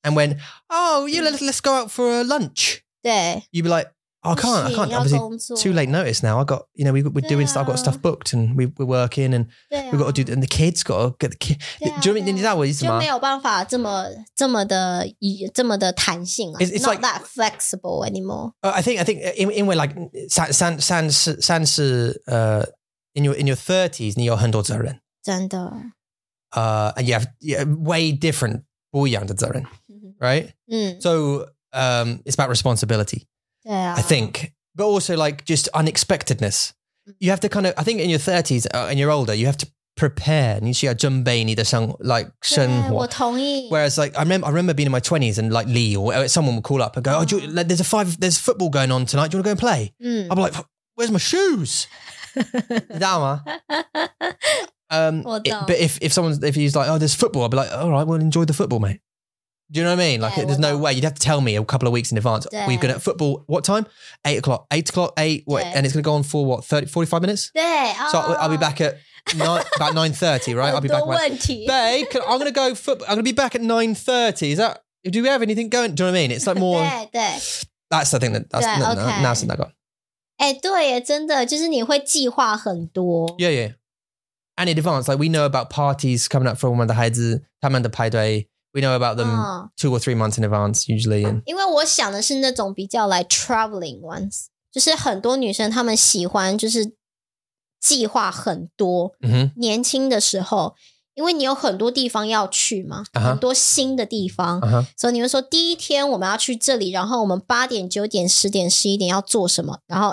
B: and when oh yeah, let's let's go out for a lunch.
A: 对，
B: you'd be like, oh, I can't,
A: 不
B: I
A: 行
B: can't.
A: 要
B: Obviously,
A: 工作
B: too late notice now. I got, you know, we, we're doing
A: Yeah.
B: stuff. I've got stuff booked and we, we're working and
A: 对啊
B: we've got to do, and the kids got to get the kid. Do you know what I mean? Is that what it is,
A: 就
B: Ma?
A: 没有办法这么这么的以这么的弹性啊
B: It's- it's
A: ，not
B: like-
A: that flexible anymore。
B: Uh, I think, I think in, in where like, san, san, san, san, uh, in your, in your thirties, 你有很多责任.
A: 真的，
B: Uh, and you have yeah, way different 不一样的责任, right?
A: 嗯，
B: So, um, it's about responsibility.
A: 对啊
B: I think, but also like just unexpectedness. You have to kind of, I think in your 30s uh, and you're older, you have to prepare. 你需要准备你的生, like,
A: 对我
B: 生活.
A: 同意。
B: Whereas like, I remember, I remember being in my 20s and like Lee or uh, someone would call up and go, oh, do you, like, there's a five, there's football going on tonight. Do you want to go and play?
A: 嗯
B: I'd，be like, where's my shoes? Dama. Um,
A: Well
B: it-
A: done.
B: but if, if someone's, if he's like, oh, there's football, I'd be like, all right, well, enjoy the football, mate. Do you know what I mean? Like,
A: Yeah,
B: there's no
A: well done.
B: way. You'd have to tell me a couple of weeks in advance.
A: Yeah.
B: We're going to football, what time? Eight o'clock. Eight o'clock, eight, what?
A: Yeah.
B: And it's going to go on for what, 30, 45 minutes?
A: 对，哦
B: So I'll, I'll be back at nine,
A: Oh.
B: about 9.30, right? I'll be back.
A: Right，问题。
B: Babe, can, I'm going to go football. I'm going to be back at 9.30. Is that, do we have anything going? Do you know what I mean? It's like more,
A: 对对，
B: that's the thing that, that's,
A: Yeah,
B: no, no,
A: okay.
B: now since I got.
A: 哎，对耶，真的就是你会计划很多。
B: Yeah, yeah. And in advance, like we know about parties coming up for women the heads, coming the pie day. We know about them
A: 嗯，
B: two or three months in advance usually. And
A: 因为我想的是那种比较来 traveling ones，就是很多女生她们喜欢就是计划很多，
B: Mhm.
A: 年轻的时候，因为你有很多地方要去嘛
B: 啊哈
A: 很多新的地方
B: uh-huh.
A: 所以你会说第一天我们要去这里，然后我们八点、九点、十点、十一点要做什么，然后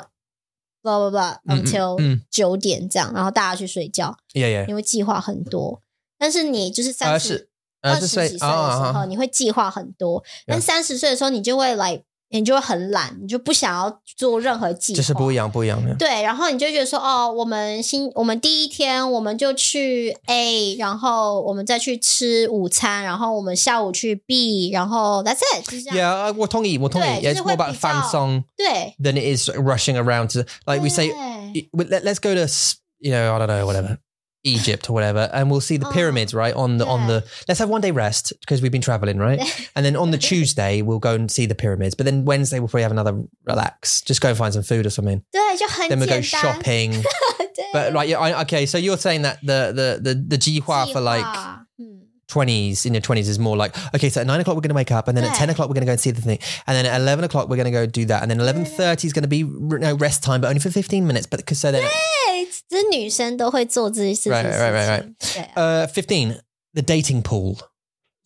A: blah blah blah
B: 嗯嗯
A: until
B: 嗯
A: 九点这样，然后大家去睡觉，
B: yeah, yeah.
A: 你会计划很多。但是你就是三
B: 呃
A: 十
B: 是
A: 二
B: Uh,
A: 十几
B: just
A: 岁
B: say,
A: 的时
B: oh,
A: 候，
B: uh-huh.
A: 你会计划很多，但
B: Yeah
A: 三十岁的时候你就会来，你就会很懒，你就不想要做任何计划，
B: 就是不一样，不一样，yeah.
A: 对，然后你就觉得说，哦，我们新我们第一天我们就去 A，然后我们再去吃午餐，然后我们下午去 B，然后 That's it，就是这样。
B: Yeah, uh, 我同意，我同意。
A: 对，就
B: Yeah, it's more about
A: 是会比较-
B: fan song
A: 对
B: than it is rushing around to like we say.
A: 对
B: it- Let, let's go to s- you know I don't know whatever Egypt or whatever, and we'll see the
A: Oh.
B: pyramids right on the on the. Let's have one day rest because we've been traveling right. And then on the Tuesday, we'll go and see the pyramids. But then Wednesday, we'll probably have another relax. Just go and find some food or something.
A: 对，就很
B: Then we'll go
A: 简单。
B: shopping.
A: 对
B: but like, yeah, I, okay. So you're saying that the the the the jihua
A: 计
B: for like
A: 划嗯，
B: twenties in your twenties is more like okay. So at nine o'clock we're going to wake up, and then at
A: Right.
B: ten o'clock we're going to go and see the thing, and then at eleven o'clock we're going to go do that, and then eleven thirty is going to be you know, rest time, but only for fifteen minutes. But because so then
A: 对，这女生都会做这些
B: Right,
A: 这些
B: right, right,
A: 事
B: right.
A: 情。对啊
B: uh, fifteen the dating pool.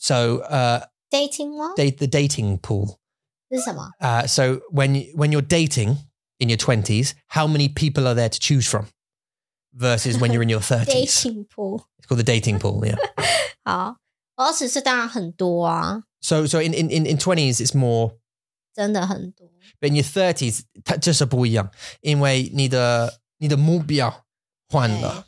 B: So uh,
A: Oh. ，dating 吗？
B: date the dating pool.
A: 这是什么？
B: Uh, so when when you're dating in your twenties, how many people are there to choose from? versus when you're in your 30s.
A: dating pool。
B: It's called the dating pool, yeah.
A: 好，我二十岁当然很多啊，
B: So so in in in, in 20s it's more
A: 真的很多。
B: but in your 30s 它就是不一样，因为你的你的目标换了。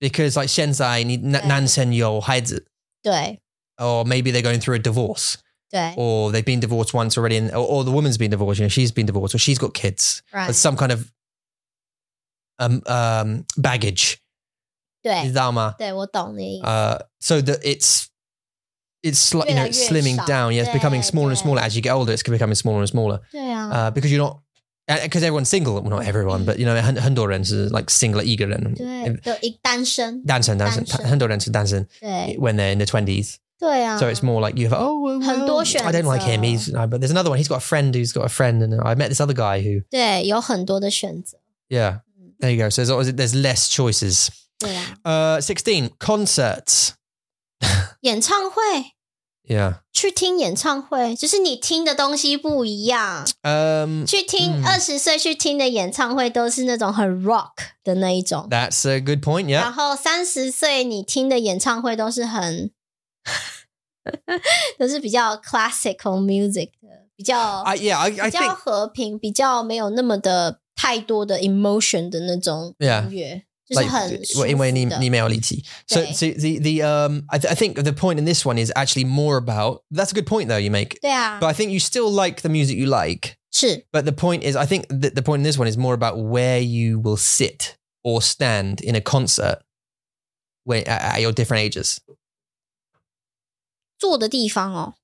B: Because
A: 对。
B: like 现在你男生有孩子
A: 对
B: or maybe they're going through a divorce
A: 对
B: or they've been divorced once already and or, or the woman's been divorced, you know, she's been divorced or she's got kids.
A: ，right，
B: There's some kind of um um baggage.
A: 对
B: 你知道吗？
A: 对，我懂你意思。
B: Uh, so that it's it's like, you know it's
A: 越来越
B: slimming
A: sharp.
B: down. Yeah, it's becoming
A: Yeah,
B: smaller
A: yeah.
B: and
A: Uh-huh.
B: smaller as you get older. It's becoming smaller and smaller
A: 对啊，
B: uh, because you're not because everyone's single. Well, not everyone, but you know, 很很多人是 like single
A: 对，
B: 一个人。
A: 就一单身。单身。
B: 单身单身，很多人是单身
A: 对
B: when they're in their twenties.
A: 对啊，
B: So it's more like you have oh well, well,
A: 很多选择。
B: I don't like him. He's uh, but there's another one. He's got a friend who's got a friend, and uh, I met this other guy who
A: 对有很多的选择。
B: yeah. There you go. So there's, always- there's less choices.
A: 对啊，
B: Uh, sixteen concerts.
A: 演唱会
B: Yeah.
A: 去听演唱会，就是你听的东西不一样。
B: Um,
A: 去听
B: 嗯
A: 二十岁去听的演唱会都是那种很 rock 的那一种，
B: that's a good point. Yeah.
A: 然后三十岁你听的演唱会都是很，都是比较 classical music 的，比较
B: I yeah, I, I
A: 比
B: think
A: 较和平，比较没有那么的太多的 emotion 的那种
B: Yeah.
A: 音乐，就是
B: 啊 like
A: 很舒服
B: well, in when you
A: 的
B: email it. So,
A: Okay.
B: so the the um, I, th- I think the point in this one is actually more about. That's a good point though you make.
A: 对啊
B: But，I think you still like the music you like.
A: 是
B: But the point is, I think that the point in this one is more about where you will sit or stand in a concert when at, at your different ages.
A: 坐的地方哦，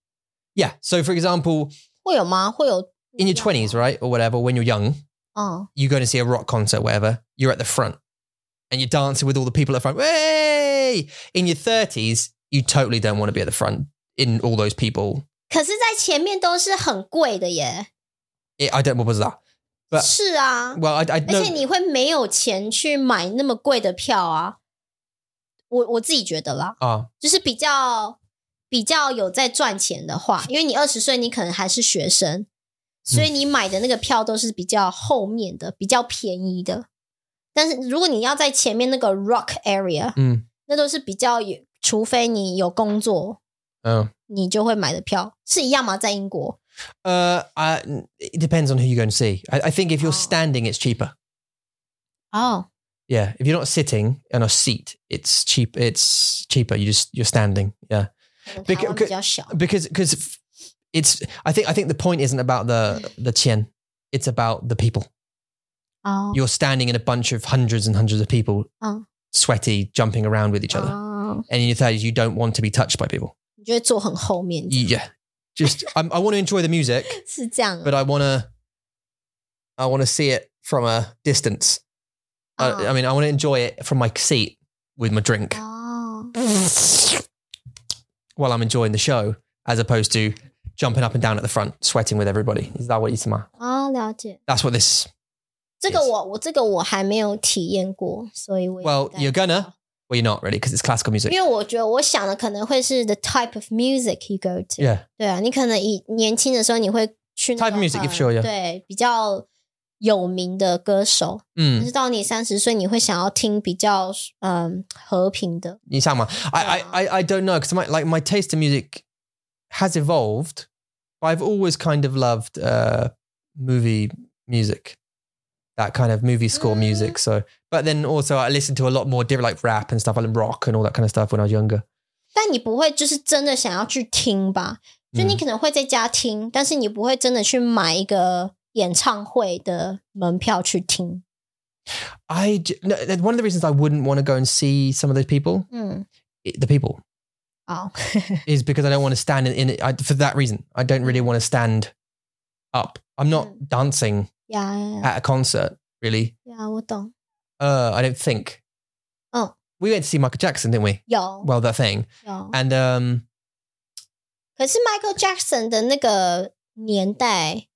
B: Yeah. So, for example,
A: 会有吗？会有
B: in your twenties, right, or whatever, when you're young,
A: 嗯，
B: you go to see a rock concert, whatever, you're at the front and you're dancing with all the people at the front. Hey! In your 30s, you totally don't want to be at the front in all those people.
A: 可是，在前面都是很贵的耶，
B: It, I don't, what was that? But-
A: 是啊，
B: Well, I, I
A: 而且
B: know.
A: 你会没有钱去买那么贵的票啊。我我自己觉得啦，
B: Oh,
A: 就是比较比较有在赚钱的话，因为你二十岁，你可能还是学生，所以你买的那个票都是比较后面的，比较便宜的。但是如果你要在前面那个 rock area，
B: 嗯，
A: 那都是比较有，除非你有工作，
B: oh.
A: 你就会买的票是一样吗？在英国
B: Uh, I, it depends on who you go and see. I, I think if you're
A: Oh.
B: standing, it's cheaper.
A: 哦
B: Yeah. If you're not sitting on a seat, it's cheap. It's cheaper. You just, you're standing. Yeah.
A: 可能
B: Because-
A: 台湾比较小，
B: Because, because it's, I think, I think the point isn't about the, the chin. It's about the people.
A: 哦，
B: you're standing in a bunch of hundreds and hundreds of people,
A: Oh.
B: sweaty, jumping around with each other.
A: 哦，
B: And in your thirties, you don't want to be touched by people.
A: 你就会坐很后面，
B: You- yeah, just I'm, I want to enjoy the music,
A: 是这样啊。
B: but I want to, I want to see it from a distance.
A: Oh.
B: I, I mean, I want to enjoy it from my seat with my drink
A: 哦，
B: while I'm enjoying the show, as opposed to jumping up and down at the front, sweating with everybody. Is that what you smell?
A: 哦，了解。
B: That's what this.
A: 这个我我这个我还没有体验过，所以我也
B: Well,
A: 不太知
B: you're
A: 道
B: gonna. Well, you're not really because it's classical music.
A: 因为我觉得我想的可能会是 the type of music you go to。
B: Yeah.
A: 对啊，你可能以年轻的时候你会去那
B: Type
A: 种
B: of music,
A: 很
B: sure, yeah.
A: 对比较有名的歌手，但
B: Mm.
A: 是到你三十岁，你会想要听比较嗯和平的。
B: You sound well. I, I, I, I don't know because my like my taste in music has evolved, but I've always kind of loved uh, movie music, that kind of movie score
A: Mm.
B: music. So, but then also I listened to a lot more different like rap and stuff, like rock and all that kind of stuff when I was younger.
A: 但你不会就是真的想要去听吧？就你
B: Mm.
A: 可能会在家听，但是你不会真的去买一个演唱会的门票去听。
B: I j- no, that- one of the reasons I wouldn't want to go and see some of those people,
A: 嗯，
B: i- the people,
A: 好，
B: is because I don't want to stand in, in it. I, for that reason, I don't really want to stand up. I'm not
A: Mm.
B: dancing
A: 呀呀呀
B: at a concert really.
A: 呀，我懂。
B: Uh, I don't think.
A: Oh.
B: We went to see Michael Jackson, didn't we?
A: 有
B: Well, that thing.
A: 有，
B: And um,
A: 可是 Michael Jackson 的那个年代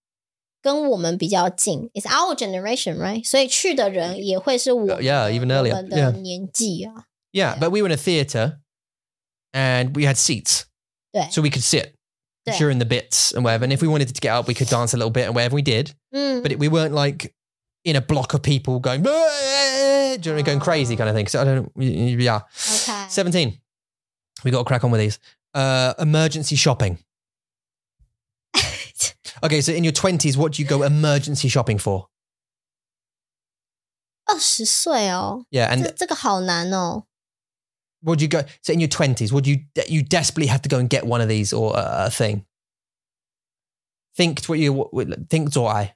A: 跟我们比较近，It's our generation, right？所以去的人也会是我们的
B: 呃 Yeah, even earlier.
A: 我们的
B: Yeah.
A: 年纪啊。
B: yeah,
A: Yeah.
B: but we were in a theater and we had seats
A: 对，
B: so we could sit
A: Yeah.
B: during the bits and whatever. And if we wanted to get up, we could dance a little bit and whatever we did.
A: 嗯
B: But it, we weren't like in a block of people going, "Bah!" it? Do you know, going crazy kind of thing. So I don't, yeah.
A: Okay.
B: 17. We got to crack on with these. Uh, emergency shopping. Okay, so in your 20s, what do you go emergency shopping for?
A: 二十岁哦，
B: Yeah,
A: 这
B: and
A: 这个好难哦。
B: would you go? So in your 20s, would you you desperately have to go and get one of these or a, a thing? Think what you what- think or I.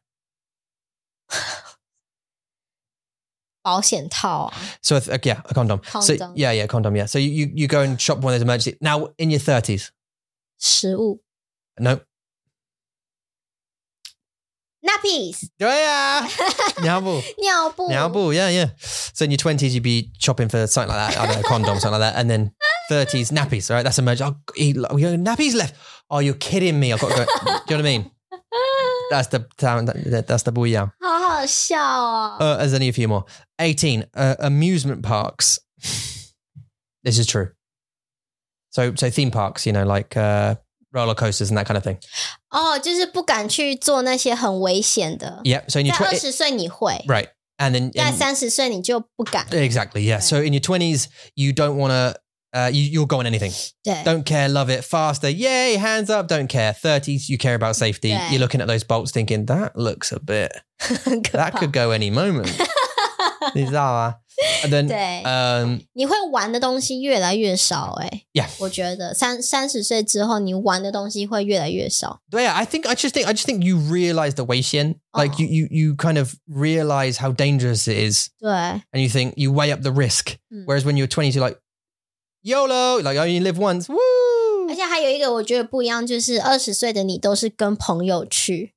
A: 保险套啊，
B: So if- okay, yeah, a condom. So
A: Condom.
B: yeah, yeah, condom. Yeah. So you, you you go and shop one of those emergency. Now in your 30s,
A: 食物
B: no.
A: nappies
B: Yeah. Nyambu.
A: 尿布
B: Nyambu. Yeah, yeah. So in your 20s, you'd be shopping for something like that. I don't know, condom, something like that, and then. 30s nappies, all right. That's emergency. Oh, eat, we got nappies left. Oh, you're kidding me! I've got to go. Do you know what I mean? That's the that, that's the booyah.
A: 好好笑哦。
B: Uh, there's only a few more. 18. Uh, amusement parks. this is true. So, so theme parks, you know, like uh, roller coasters and that kind of thing.
A: 哦，就是不敢去做那些很危险的。
B: Yeah. So in your
A: 在二
B: twenties,
A: 十岁你会，
B: right, and then
A: 在
B: and-
A: 三十岁你就不敢。
B: exactly, yeah. So in your twenties, you don't want to. Uh, you, you'll go on anything.
A: 对
B: Don't care. Love it. Faster. Yay. Hands up. Don't care. 30s, you care about safety.
A: Yeah.
B: You're looking at those bolts thinking, that looks a bit,
A: 很可
B: that
A: 怕。
B: could go any moment. Is that- and then,
A: 对，
B: um,
A: 你会玩的东西越来越少、欸。哎
B: Yeah
A: 我觉得三三十岁之后，你玩的东西会越来越少。
B: But yeah, I think I just think I just think you realize the weight in, like
A: Uh-huh.
B: you you you kind of realize how dangerous it is,
A: 对，
B: and you think you weigh up the risk.
A: Mm.
B: Whereas when you're 20s, you're like YOLO, like I only live once, woo!
A: 而且还有一个我觉得不一样，就是二十岁的你都是跟朋友去，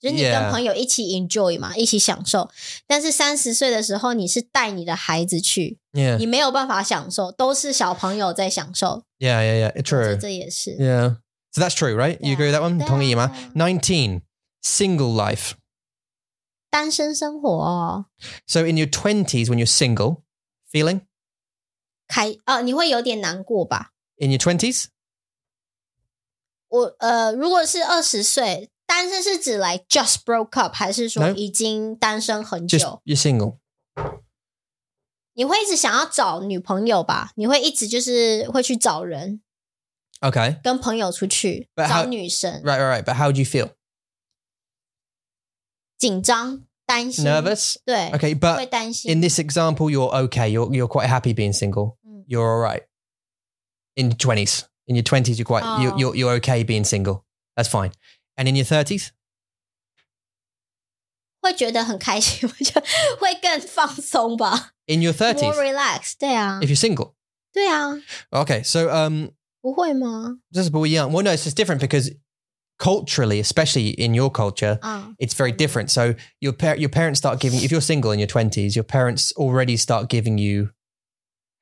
A: 就是你跟
B: Yeah
A: 朋友一起 enjoy 嘛，一起享受。但是三十岁的时候，你是带你的孩子去，
B: Yeah,
A: 你没有办法享受，都是小朋友在享受。
B: yeah, yeah, yeah. It's
A: 我觉
B: true.
A: 得这也是。啊
B: Yeah, so that's true, right? You
A: Yeah.
B: agree with that one?
A: Yeah.
B: Tongi Yima. 19, single life.
A: 单身生活、哦、
B: So in your 20s, when you're single, feeling
A: 开哦，你会有点难过吧？
B: in your 20s,
A: 我呃，如果是二十岁，单身是指来 just broke up，还是说
B: No
A: 已经单身很
B: just
A: 久？
B: you're single.
A: 你会一直想要找女朋友吧？你会一直就是会去找人，
B: Okay,
A: 跟朋友出去
B: But
A: 找
B: how-
A: 女生，
B: right, right, right. But how do you feel?
A: 紧张、担心、
B: Nervous.
A: 对
B: Okay, but
A: 会担心。
B: in this example, you're okay. You're you're quite happy being single.
A: Mm.
B: You're all right. In your twenties, in your twenties, you're quite you
A: Oh.
B: you're you're okay being single. That's fine. And in your thirties,
A: 会觉得很开心， 我觉得会更放松吧
B: in your
A: ，more
B: thirties,
A: relax。对啊
B: if，you're single,
A: 对啊，
B: okay. So um,
A: 不会吗？
B: just but young. Well, no, it's just different because culturally, especially in your culture.
A: 啊，
B: It's very different. So your par- your parents start giving if you're single in your twenties, your parents already start giving you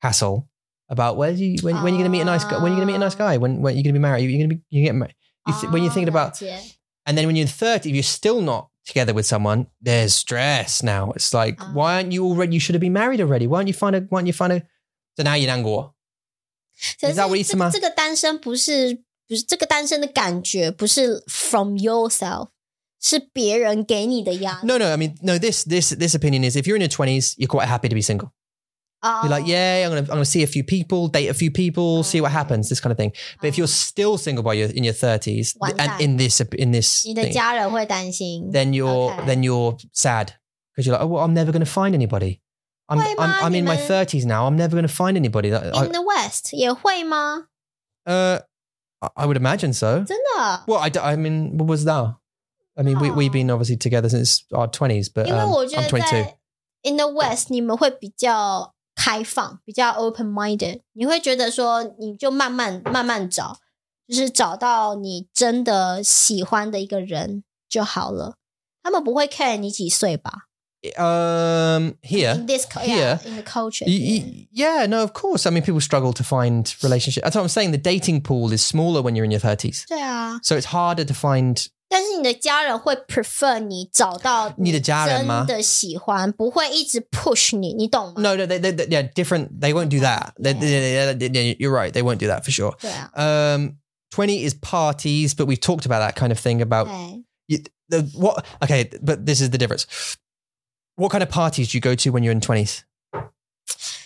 B: hassle about where do you when, when you going to meet a nice guy when you going to meet a nice guy when when you going to be married you going to be you get married you th- when you're thinking
A: 哦了
B: about
A: 解
B: And then when you're 30, if you're still not together with someone, there's stress now. It's like,
A: Ah.
B: why aren't you already? You should have been married already. Why don't you find a, why don't you find a, so now you're angry.
A: 可
B: 你
A: 是
B: 知道我意思吗
A: 这个这个单身不是不是这个单身的感觉，不是 from yourself，是别人给你的压力。
B: No, no. I mean, no, this, this, this opinion is if you're in your 20s, you're quite happy to be single.
A: 啊
B: You're like, yeah, I'm going to, I'm going to see a few people, date a few people, see what happens, this kind of thing. But if you're still single by your, in your 30s
A: Um, One
B: and
A: time.
B: in this, in this,
A: 你的
B: thing,
A: 家人会担心，
B: then you're,
A: Okay.
B: then you're sad because you're like, oh, well, I'm never going to find anybody. I'm,
A: Wait,
B: I'm,
A: Ma,
B: I'm in my
A: you know-
B: 30s now. I'm never going to find anybody. That, I-
A: in the West 也会吗？
B: Uh, I- I would imagine so.
A: 真的，
B: Well, I, d- I mean, what was that? I mean, we,
A: Oh.
B: we've been obviously together since our 20s, but
A: 因为
B: um,
A: 我觉
B: I'm
A: 得
B: 22.
A: 在 in the West 你们会比较开放，比较 open minded，你会觉得说你就慢慢慢慢找，就是找到你真的喜欢的一个人就好了。他们不会 care 你几岁吧？
B: Um, here.
A: in this cu-
B: Here.
A: yeah, in the culture.
B: Y- y- Yeah, no, of course. I mean, people struggle to find relationships. That's what I'm saying. The dating pool is smaller when you're in your 30s.
A: 对啊，
B: So it's harder to find.
A: 但是你的家人会 prefer 你找到
B: 你的家人吗
A: 真的喜欢，不会一直 push 你，你懂吗？
B: No, no, they, they, they, yeah, different. They won't do that. They, they- they- they- you're right. They won't do that for sure.
A: 对啊，
B: Um, 20 is parties, but we've talked about that kind of thing about
A: 对，
B: You, the, what? Okay, but this is the difference. What kind of parties do you go to when you're in twenties?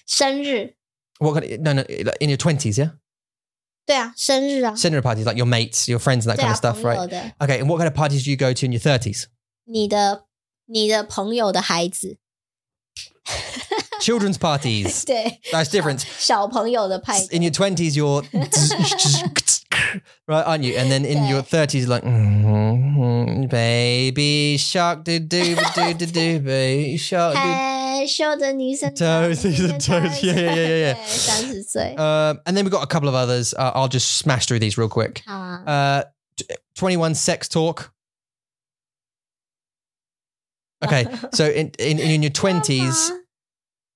A: 生日，
B: What kind of, no, no, like in your 20s, yeah?
A: 对啊，生日啊，
B: Dinner parties, like your mates, your friends, and that
A: 对
B: kind
A: 啊，
B: of stuff,
A: 朋友
B: right?
A: 的，
B: Okay, and what kind of parties do you go to in your 30s?
A: 你的你的朋友的孩子，
B: Children's parties.
A: 对，
B: That's different.
A: 小朋友的派对
B: In your 20s, you're right, aren't you? And then in your 30s, you're like, mm baby shark, do do do do do, baby shark. doo-"
A: 害羞的女生，
B: Toes,
A: toes,
B: toes, toes, yeah, yeah, yeah, yeah.
A: 对， 三十岁，
B: Uh, and then we've got a couple of others. Uh, I'll just smash through these real quick.
A: 好啊，
B: Uh, t- 21 sex talk. Okay, so in, in, in your 20s,
A: 干嘛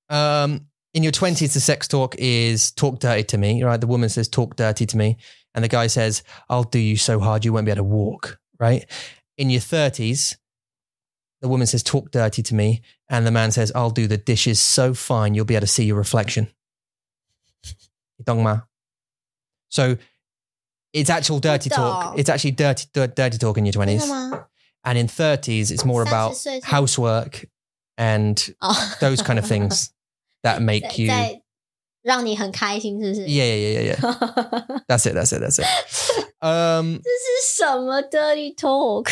B: Um, in your twenties, the sex talk is talk dirty to me, right? The woman says talk dirty to me, and the guy says, "I'll do you so hard you won't be able to walk." Right? In your thirties, the woman says talk dirty to me, and the man says, "I'll do the dishes so fine you'll be able to see your reflection." Dongma. So it's actual dirty talk.
A: dog.
B: It's actually dirty, dir- dirty talk in your
A: 真
B: twenties,
A: 的吗？
B: and in thirties, it's more
A: 30
B: about
A: 岁是
B: housework and
A: 哦
B: those kind of things that make you
A: 在让你很开心，是不 是？
B: yeah yeah yeah yeah yeah.
A: 这
B: that's it that's it that's it um
A: 是什么 dirty talk？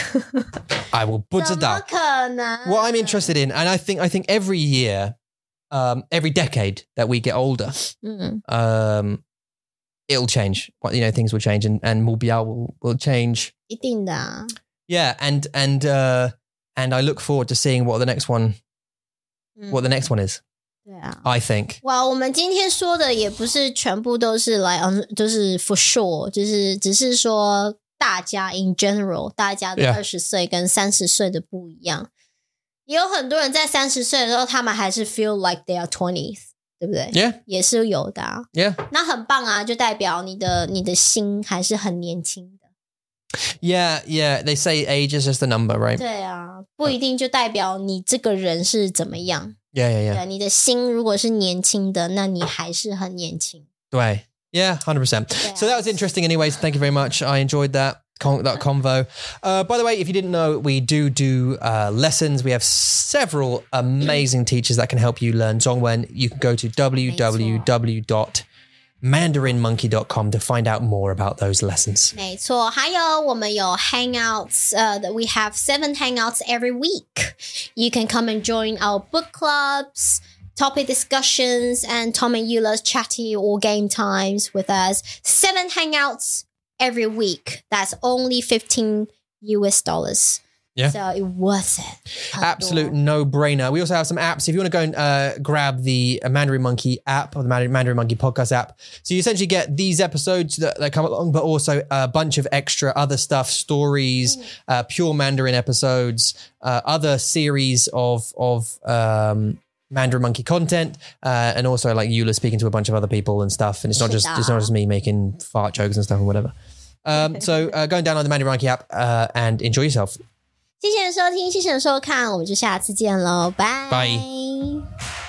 B: i will put
A: 怎么
B: it down
A: 可能？
B: what i'm interested in and i think i think every year um every decade that we get older
A: 嗯，
B: um it'll change Well, you know things will change and and Mulbiar will, will change
A: 一定的啊，
B: yeah and and uh and i look forward to seeing what the next one
A: 嗯
B: what the next one is
A: 对啊。
B: i think
A: 哇，我们今天说的也不是全部都是来，嗯，就是 for sure，就是只是说大家 in general，大家的
B: Yeah.
A: 二十岁跟三十岁的不一样。也有很多人在三十岁的时候，他们还是 feel like they are twenties，对不对
B: yeah
A: 也是有的啊。
B: yeah
A: 那很棒啊，就代表你的你的心还是很年轻的。
B: yeah yeah they say age is just a number right
A: 对啊，不一定就代表你这个人是怎么样。
B: yeah yeah yeah
A: 对，啊你的心如果是年轻的，那你还是很年轻。
B: Way. Yeah, 100%.
A: Yeah.
B: So that was interesting, anyways. Thank you very much. I enjoyed that. Con- that convo. Uh, by the way, if you didn't know, we do do uh, lessons. We have several amazing teachers that can help you learn Zhongwen. You can go to www.mandarinmonkey.com to find out more about those lessons.
A: 没错，还有我们有 Hangouts，呃、w e have seven Hangouts every week. You can come and join our book clubs, topic discussions, and Tom and Eula's chatty or game times with us. Seven Hangouts every week. That's only fifteen US dollars.
B: Yeah.
A: So it worth it. 很多
B: Absolute no brainer. We also have some apps. If you want to go and uh, grab the uh, Mandarin Monkey app or the Mandarin, Mandarin Monkey podcast app, so you essentially get these episodes that, that come along, but also a bunch of extra other stuff, stories, uh, pure Mandarin episodes, uh, other series of of um, Mandarin Monkey content, uh, and also like Eula speaking to a bunch of other people and stuff. And it's not just it's not just me making fart jokes and stuff and whatever. Um, so uh, go and download the Mandarin Monkey app uh, and enjoy yourself.
A: 谢谢收听，谢谢收看，我们就下次见喽，拜
B: 拜